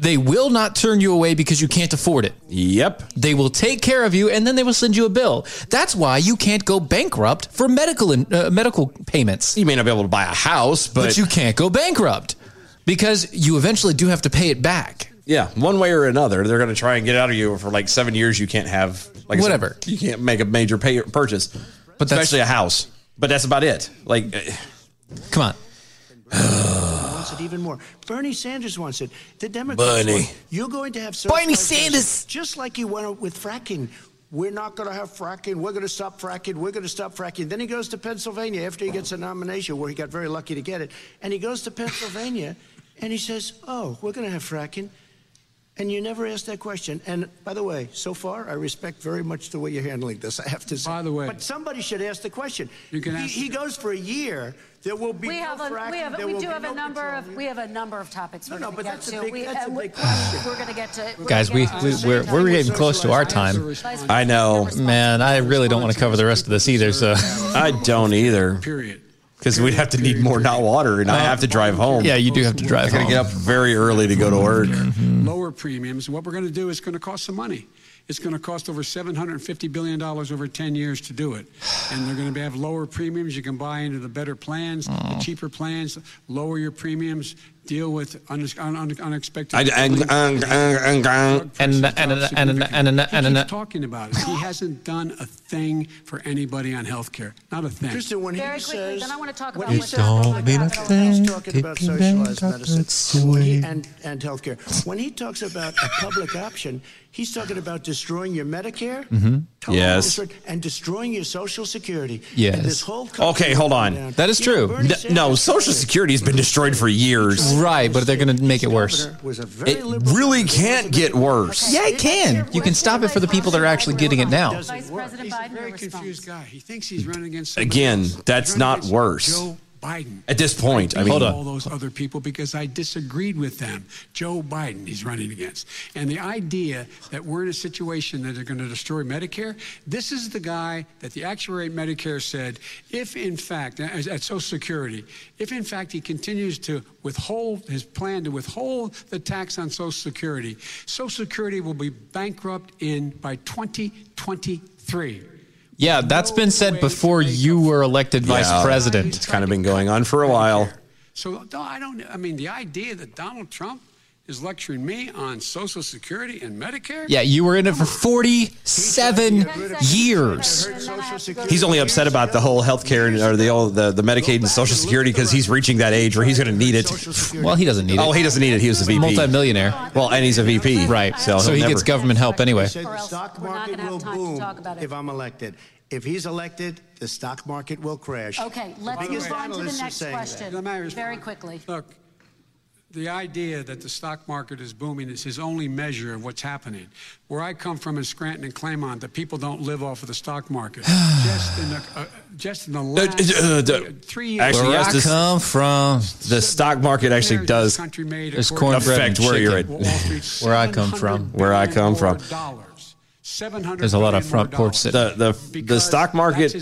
Speaker 5: They will not turn you away because you can't afford it.
Speaker 4: Yep.
Speaker 5: They will take care of you and then they will send you a bill. That's why you can't go bankrupt for medical in, uh, medical payments.
Speaker 4: You may not be able to buy a house, but-
Speaker 5: you can't go bankrupt because you eventually do have to pay it back.
Speaker 4: Yeah, one way or another, they're going to try and get out of you. For like seven years, you can't have like I said,
Speaker 5: Whatever.
Speaker 4: you can't make a major pay- purchase, but
Speaker 5: that's-
Speaker 4: especially a house. But that's about it. Like,
Speaker 5: come on.
Speaker 6: wants it even more. Bernie Sanders wants it. The Democrats.
Speaker 4: Bernie.
Speaker 6: want it. You're going to have
Speaker 4: Bernie
Speaker 6: surprise taxes,
Speaker 4: Sanders.
Speaker 6: Just like you went with fracking. We're not going to have fracking. We're going to stop fracking. We're going to stop fracking. Then he goes to Pennsylvania after he gets a nomination, where he got very lucky to get it. And he goes to Pennsylvania, and he says, "Oh, we're going to have fracking." And you never asked that question. And by the way, so far, I respect very much the way you're handling this. I have to say. By the way, but somebody should ask the question. You can he,
Speaker 8: ask-
Speaker 6: he goes for a year. There will be
Speaker 7: We
Speaker 6: no
Speaker 7: have
Speaker 6: fracking.
Speaker 7: a, we have,
Speaker 6: there
Speaker 7: we
Speaker 6: will
Speaker 7: do
Speaker 6: be
Speaker 7: have
Speaker 6: no
Speaker 7: a number of, we have a number of topics we're
Speaker 6: no,
Speaker 7: going to
Speaker 6: but
Speaker 7: get
Speaker 6: that's a
Speaker 7: to.
Speaker 6: big-
Speaker 7: We-
Speaker 6: that's a
Speaker 7: and we-
Speaker 6: big question.
Speaker 7: We're going to get to.
Speaker 5: Guys, we, we we're we're getting close to our time.
Speaker 4: I know,
Speaker 5: man. I really don't want to cover the rest of this either. So
Speaker 4: I don't either.
Speaker 8: Period.
Speaker 4: Because we'd have to need more hot water, and I have to drive home.
Speaker 5: Yeah, you do have to drive
Speaker 4: I gotta get
Speaker 5: home.
Speaker 4: up very early to go to work.
Speaker 8: lower premiums. What we're going to do is going to cost some money. It's going to cost over $750 billion over 10 years to do it. And they're going to have lower premiums. You can buy into the better plans,
Speaker 4: Oh.
Speaker 8: the cheaper plans, lower your premiums, deal with un- un- un- unexpected.
Speaker 4: I- I- I- I- I-
Speaker 5: And and and and
Speaker 8: he
Speaker 5: and
Speaker 8: keeps talking about it. He hasn't done a thing for anybody on health care. Not a thing.
Speaker 6: Kristen, when
Speaker 7: Very
Speaker 6: he
Speaker 7: quickly,
Speaker 6: says,
Speaker 7: then I want to talk
Speaker 6: when
Speaker 7: about
Speaker 6: he
Speaker 7: what's
Speaker 6: says,
Speaker 7: happening.
Speaker 6: He's talking about socialized medicine When he- and, and healthcare. When he talks about a public option, he's talking about destroying your Medicare total
Speaker 4: Mm-hmm. Yes.
Speaker 6: destroy- and destroying your Social Security. And
Speaker 4: Yes.
Speaker 6: this whole country
Speaker 4: Okay, hold
Speaker 6: will go
Speaker 4: on.
Speaker 6: down.
Speaker 4: That is true. no, Social Security has been destroyed for years.
Speaker 5: Right, but they're going to make it worse.
Speaker 4: It really can't get worse.
Speaker 5: Yeah, it can. You can stop it for the people that are actually getting it now.
Speaker 8: Vice President Biden, very confused guy. He thinks he's running against somebody
Speaker 4: Again,
Speaker 8: else.
Speaker 4: that's
Speaker 8: He's running
Speaker 4: not
Speaker 8: against
Speaker 4: worse.
Speaker 8: Joe Biden.
Speaker 4: At this point, I mean,
Speaker 8: Hold all those other people because I disagreed with them. Joe Biden, he's running against. And the idea that we're in a situation that they're going to destroy Medicare, this is the guy that the actuary at Medicare said, if in fact, at at Social Security, if in fact he continues to withhold his plan to withhold the tax on Social Security, Social Security will be bankrupt in by 2023.
Speaker 5: Yeah, that's been said before you were elected
Speaker 4: Yeah.
Speaker 5: vice president.
Speaker 4: It's kind of been going on for a while.
Speaker 8: So no, I don't. I mean, the idea that Donald Trump is lecturing me on Social Security and Medicare.
Speaker 5: Yeah, you were in it for 47 years.
Speaker 4: He's only upset about the whole health care or the old the, the Medicaid and Social Security because he's reaching that age where he's going to need it.
Speaker 5: Well, he doesn't need it.
Speaker 4: Oh, he doesn't need it. He was a VP,
Speaker 5: Multimillionaire.
Speaker 4: Well, and he's a VP,
Speaker 5: right?
Speaker 4: So,
Speaker 5: So
Speaker 4: he'll
Speaker 5: he gets
Speaker 4: never-
Speaker 5: government help anyway.
Speaker 6: Say the stock market will boom if I'm elected. If he's elected, the stock market will crash.
Speaker 7: Okay, let's
Speaker 6: biggest
Speaker 7: move on to the
Speaker 6: analysts are
Speaker 7: next
Speaker 6: saying that.
Speaker 7: question. Very quickly.
Speaker 8: Look, the idea that the stock market is booming is his only measure of what's happening. Where I come from in Scranton and Claremont, the people don't live off of the stock market. just in the uh, just in the last
Speaker 4: uh, uh,
Speaker 8: three years.
Speaker 4: Actually, yes, this-
Speaker 5: from
Speaker 4: the stock market actually does
Speaker 8: country made
Speaker 4: affect
Speaker 8: according to-
Speaker 4: where you're at,
Speaker 8: Wall Street's
Speaker 5: Where I come from.
Speaker 4: where I come from.
Speaker 8: Seven hundred.
Speaker 5: There's a lot of front porch sit.
Speaker 4: The the, the stock market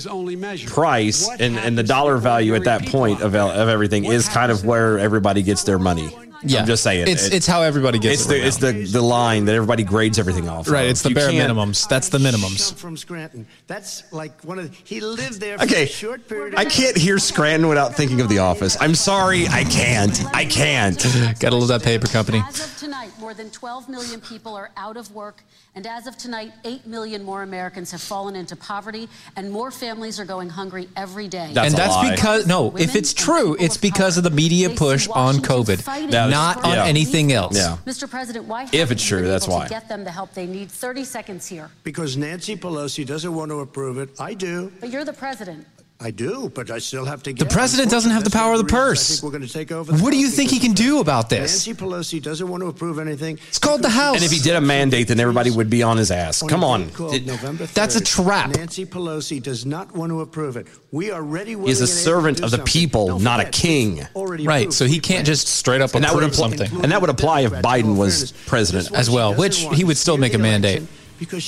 Speaker 4: price and, and the dollar value at that point of el- of everything is kind of where everybody gets their money.
Speaker 5: Yeah.
Speaker 4: I'm just saying
Speaker 5: It's- it's how everybody gets
Speaker 4: It's
Speaker 5: it
Speaker 4: the
Speaker 5: right
Speaker 4: it's the, the line that everybody grades everything off.
Speaker 5: Right,
Speaker 4: of.
Speaker 5: it's the
Speaker 4: You
Speaker 5: bare
Speaker 4: can't-
Speaker 5: minimums. That's the minimums.
Speaker 6: I'm from Scranton. That's like one of the, he lived there for
Speaker 4: Okay,
Speaker 6: a short period.
Speaker 4: I can't hear Scranton without thinking of The Office. I'm sorry, I can't. I can't.
Speaker 5: Got to love that paper company.
Speaker 7: As of tonight, more than 12 million people are out of work, and as of tonight, 8 million more Americans have fallen into poverty, and more families are going hungry every day.
Speaker 5: and that's because no, if it's true, it's because of the media push on COVID,
Speaker 7: That is-
Speaker 5: not on
Speaker 4: yeah.
Speaker 5: anything else.
Speaker 4: Yeah.
Speaker 7: Mr. President, why
Speaker 4: If
Speaker 7: haven't
Speaker 4: it's
Speaker 7: you
Speaker 4: true,
Speaker 7: been
Speaker 4: that's
Speaker 7: able
Speaker 4: why.
Speaker 7: to get them the help they need? 30 seconds here.
Speaker 6: Because Nancy Pelosi doesn't want to approve it. I do.
Speaker 7: But you're the president.
Speaker 6: I do, but I still have to
Speaker 5: The
Speaker 6: get.
Speaker 5: president doesn't have the power of the
Speaker 6: Unfortunately, I
Speaker 5: purse.
Speaker 6: think we're going to take over. the
Speaker 5: What do you
Speaker 6: House
Speaker 5: think he
Speaker 6: because
Speaker 5: can do about this?
Speaker 6: Nancy Pelosi doesn't want to approve anything.
Speaker 5: It's called the House.
Speaker 4: And if he did a mandate, then everybody would be on his ass. Come on.
Speaker 6: Called November 3rd,
Speaker 4: that's a trap.
Speaker 6: Nancy Pelosi does not want to approve it. We are ready.
Speaker 4: He's a servant of the people, not a king.
Speaker 5: Right, so he can't just straight up
Speaker 4: And that would
Speaker 5: approve
Speaker 4: imply-
Speaker 5: something.
Speaker 4: And that would apply if Biden was president
Speaker 5: as well, which he would still make a mandate.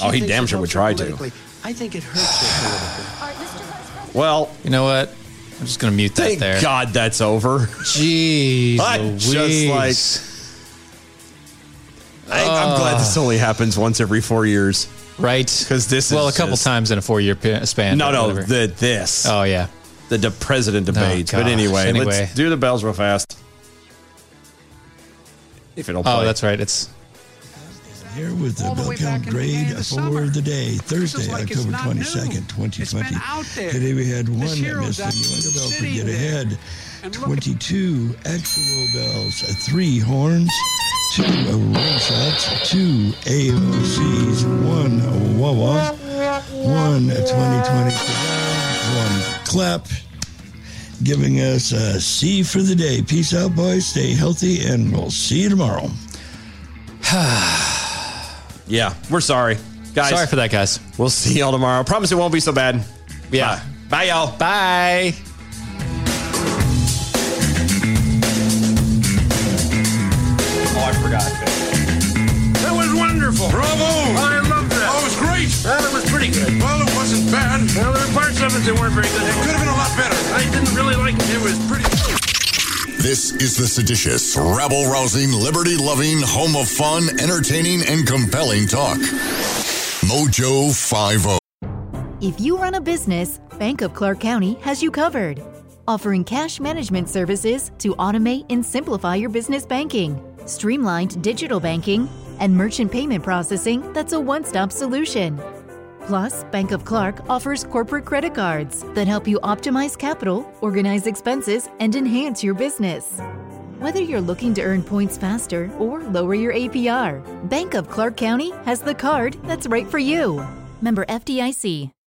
Speaker 4: Oh, he damn sure would try to.
Speaker 6: Politically, I think it hurts her politically.
Speaker 4: Well,
Speaker 5: you know what? I'm just going to mute that
Speaker 4: Thank
Speaker 5: there.
Speaker 4: God that's over.
Speaker 5: Jeez.
Speaker 4: I
Speaker 5: Louise.
Speaker 4: just like. I, I'm
Speaker 5: Ah.
Speaker 4: glad this only happens once every four years.
Speaker 5: Right.
Speaker 4: Because this
Speaker 5: well,
Speaker 4: is
Speaker 5: a couple
Speaker 4: just-
Speaker 5: times in a four year span.
Speaker 4: No,
Speaker 5: but
Speaker 4: no,
Speaker 5: whatever.
Speaker 4: the this.
Speaker 5: Oh, yeah.
Speaker 4: The, de- president debate. but
Speaker 5: gosh,
Speaker 4: anyway,
Speaker 5: anyway.
Speaker 4: let's do the bells real fast. If it'll
Speaker 5: Oh,
Speaker 4: play.
Speaker 5: that's right. It's
Speaker 13: Here with the Bill Count grade for the day, Thursday, October 22nd, 2020. Today we had one that missed the Uinta bell for get ahead, 22 actual bells, uh, three horns, two uh, ring shots, two AOCs, one wah-wah, one uh, 2020 one clap, giving us a C for the day. Peace out, boys. Stay healthy, and we'll see you tomorrow.
Speaker 4: Yeah, we're sorry. Guys.
Speaker 5: Sorry for that, guys.
Speaker 4: We'll see y'all tomorrow. Promise it won't be so bad. Yeah. Bye, Bye
Speaker 5: Bye.
Speaker 4: y'all. Oh, I forgot.
Speaker 1: That was wonderful. Bravo! I loved that. Oh, it was great. Well, it was pretty good. Well, it wasn't bad. Well, there were parts of it that weren't very good. It could have been a lot better. I didn't really like it. It was pretty.
Speaker 14: This is the seditious, rabble rousing, liberty loving, home of fun, entertaining, and compelling talk. Mojo oh. 50.
Speaker 15: If you run a business, Bank of Clark County has you covered. Offering cash management services to automate and simplify your business banking, streamlined digital banking, and merchant payment processing that's a one stop solution. Plus, Bank of Clark offers corporate credit cards that help you optimize capital, organize expenses, and enhance your business. Whether you're looking to earn points faster or lower your APR, Bank of Clark County has the card that's right for you. Member FDIC.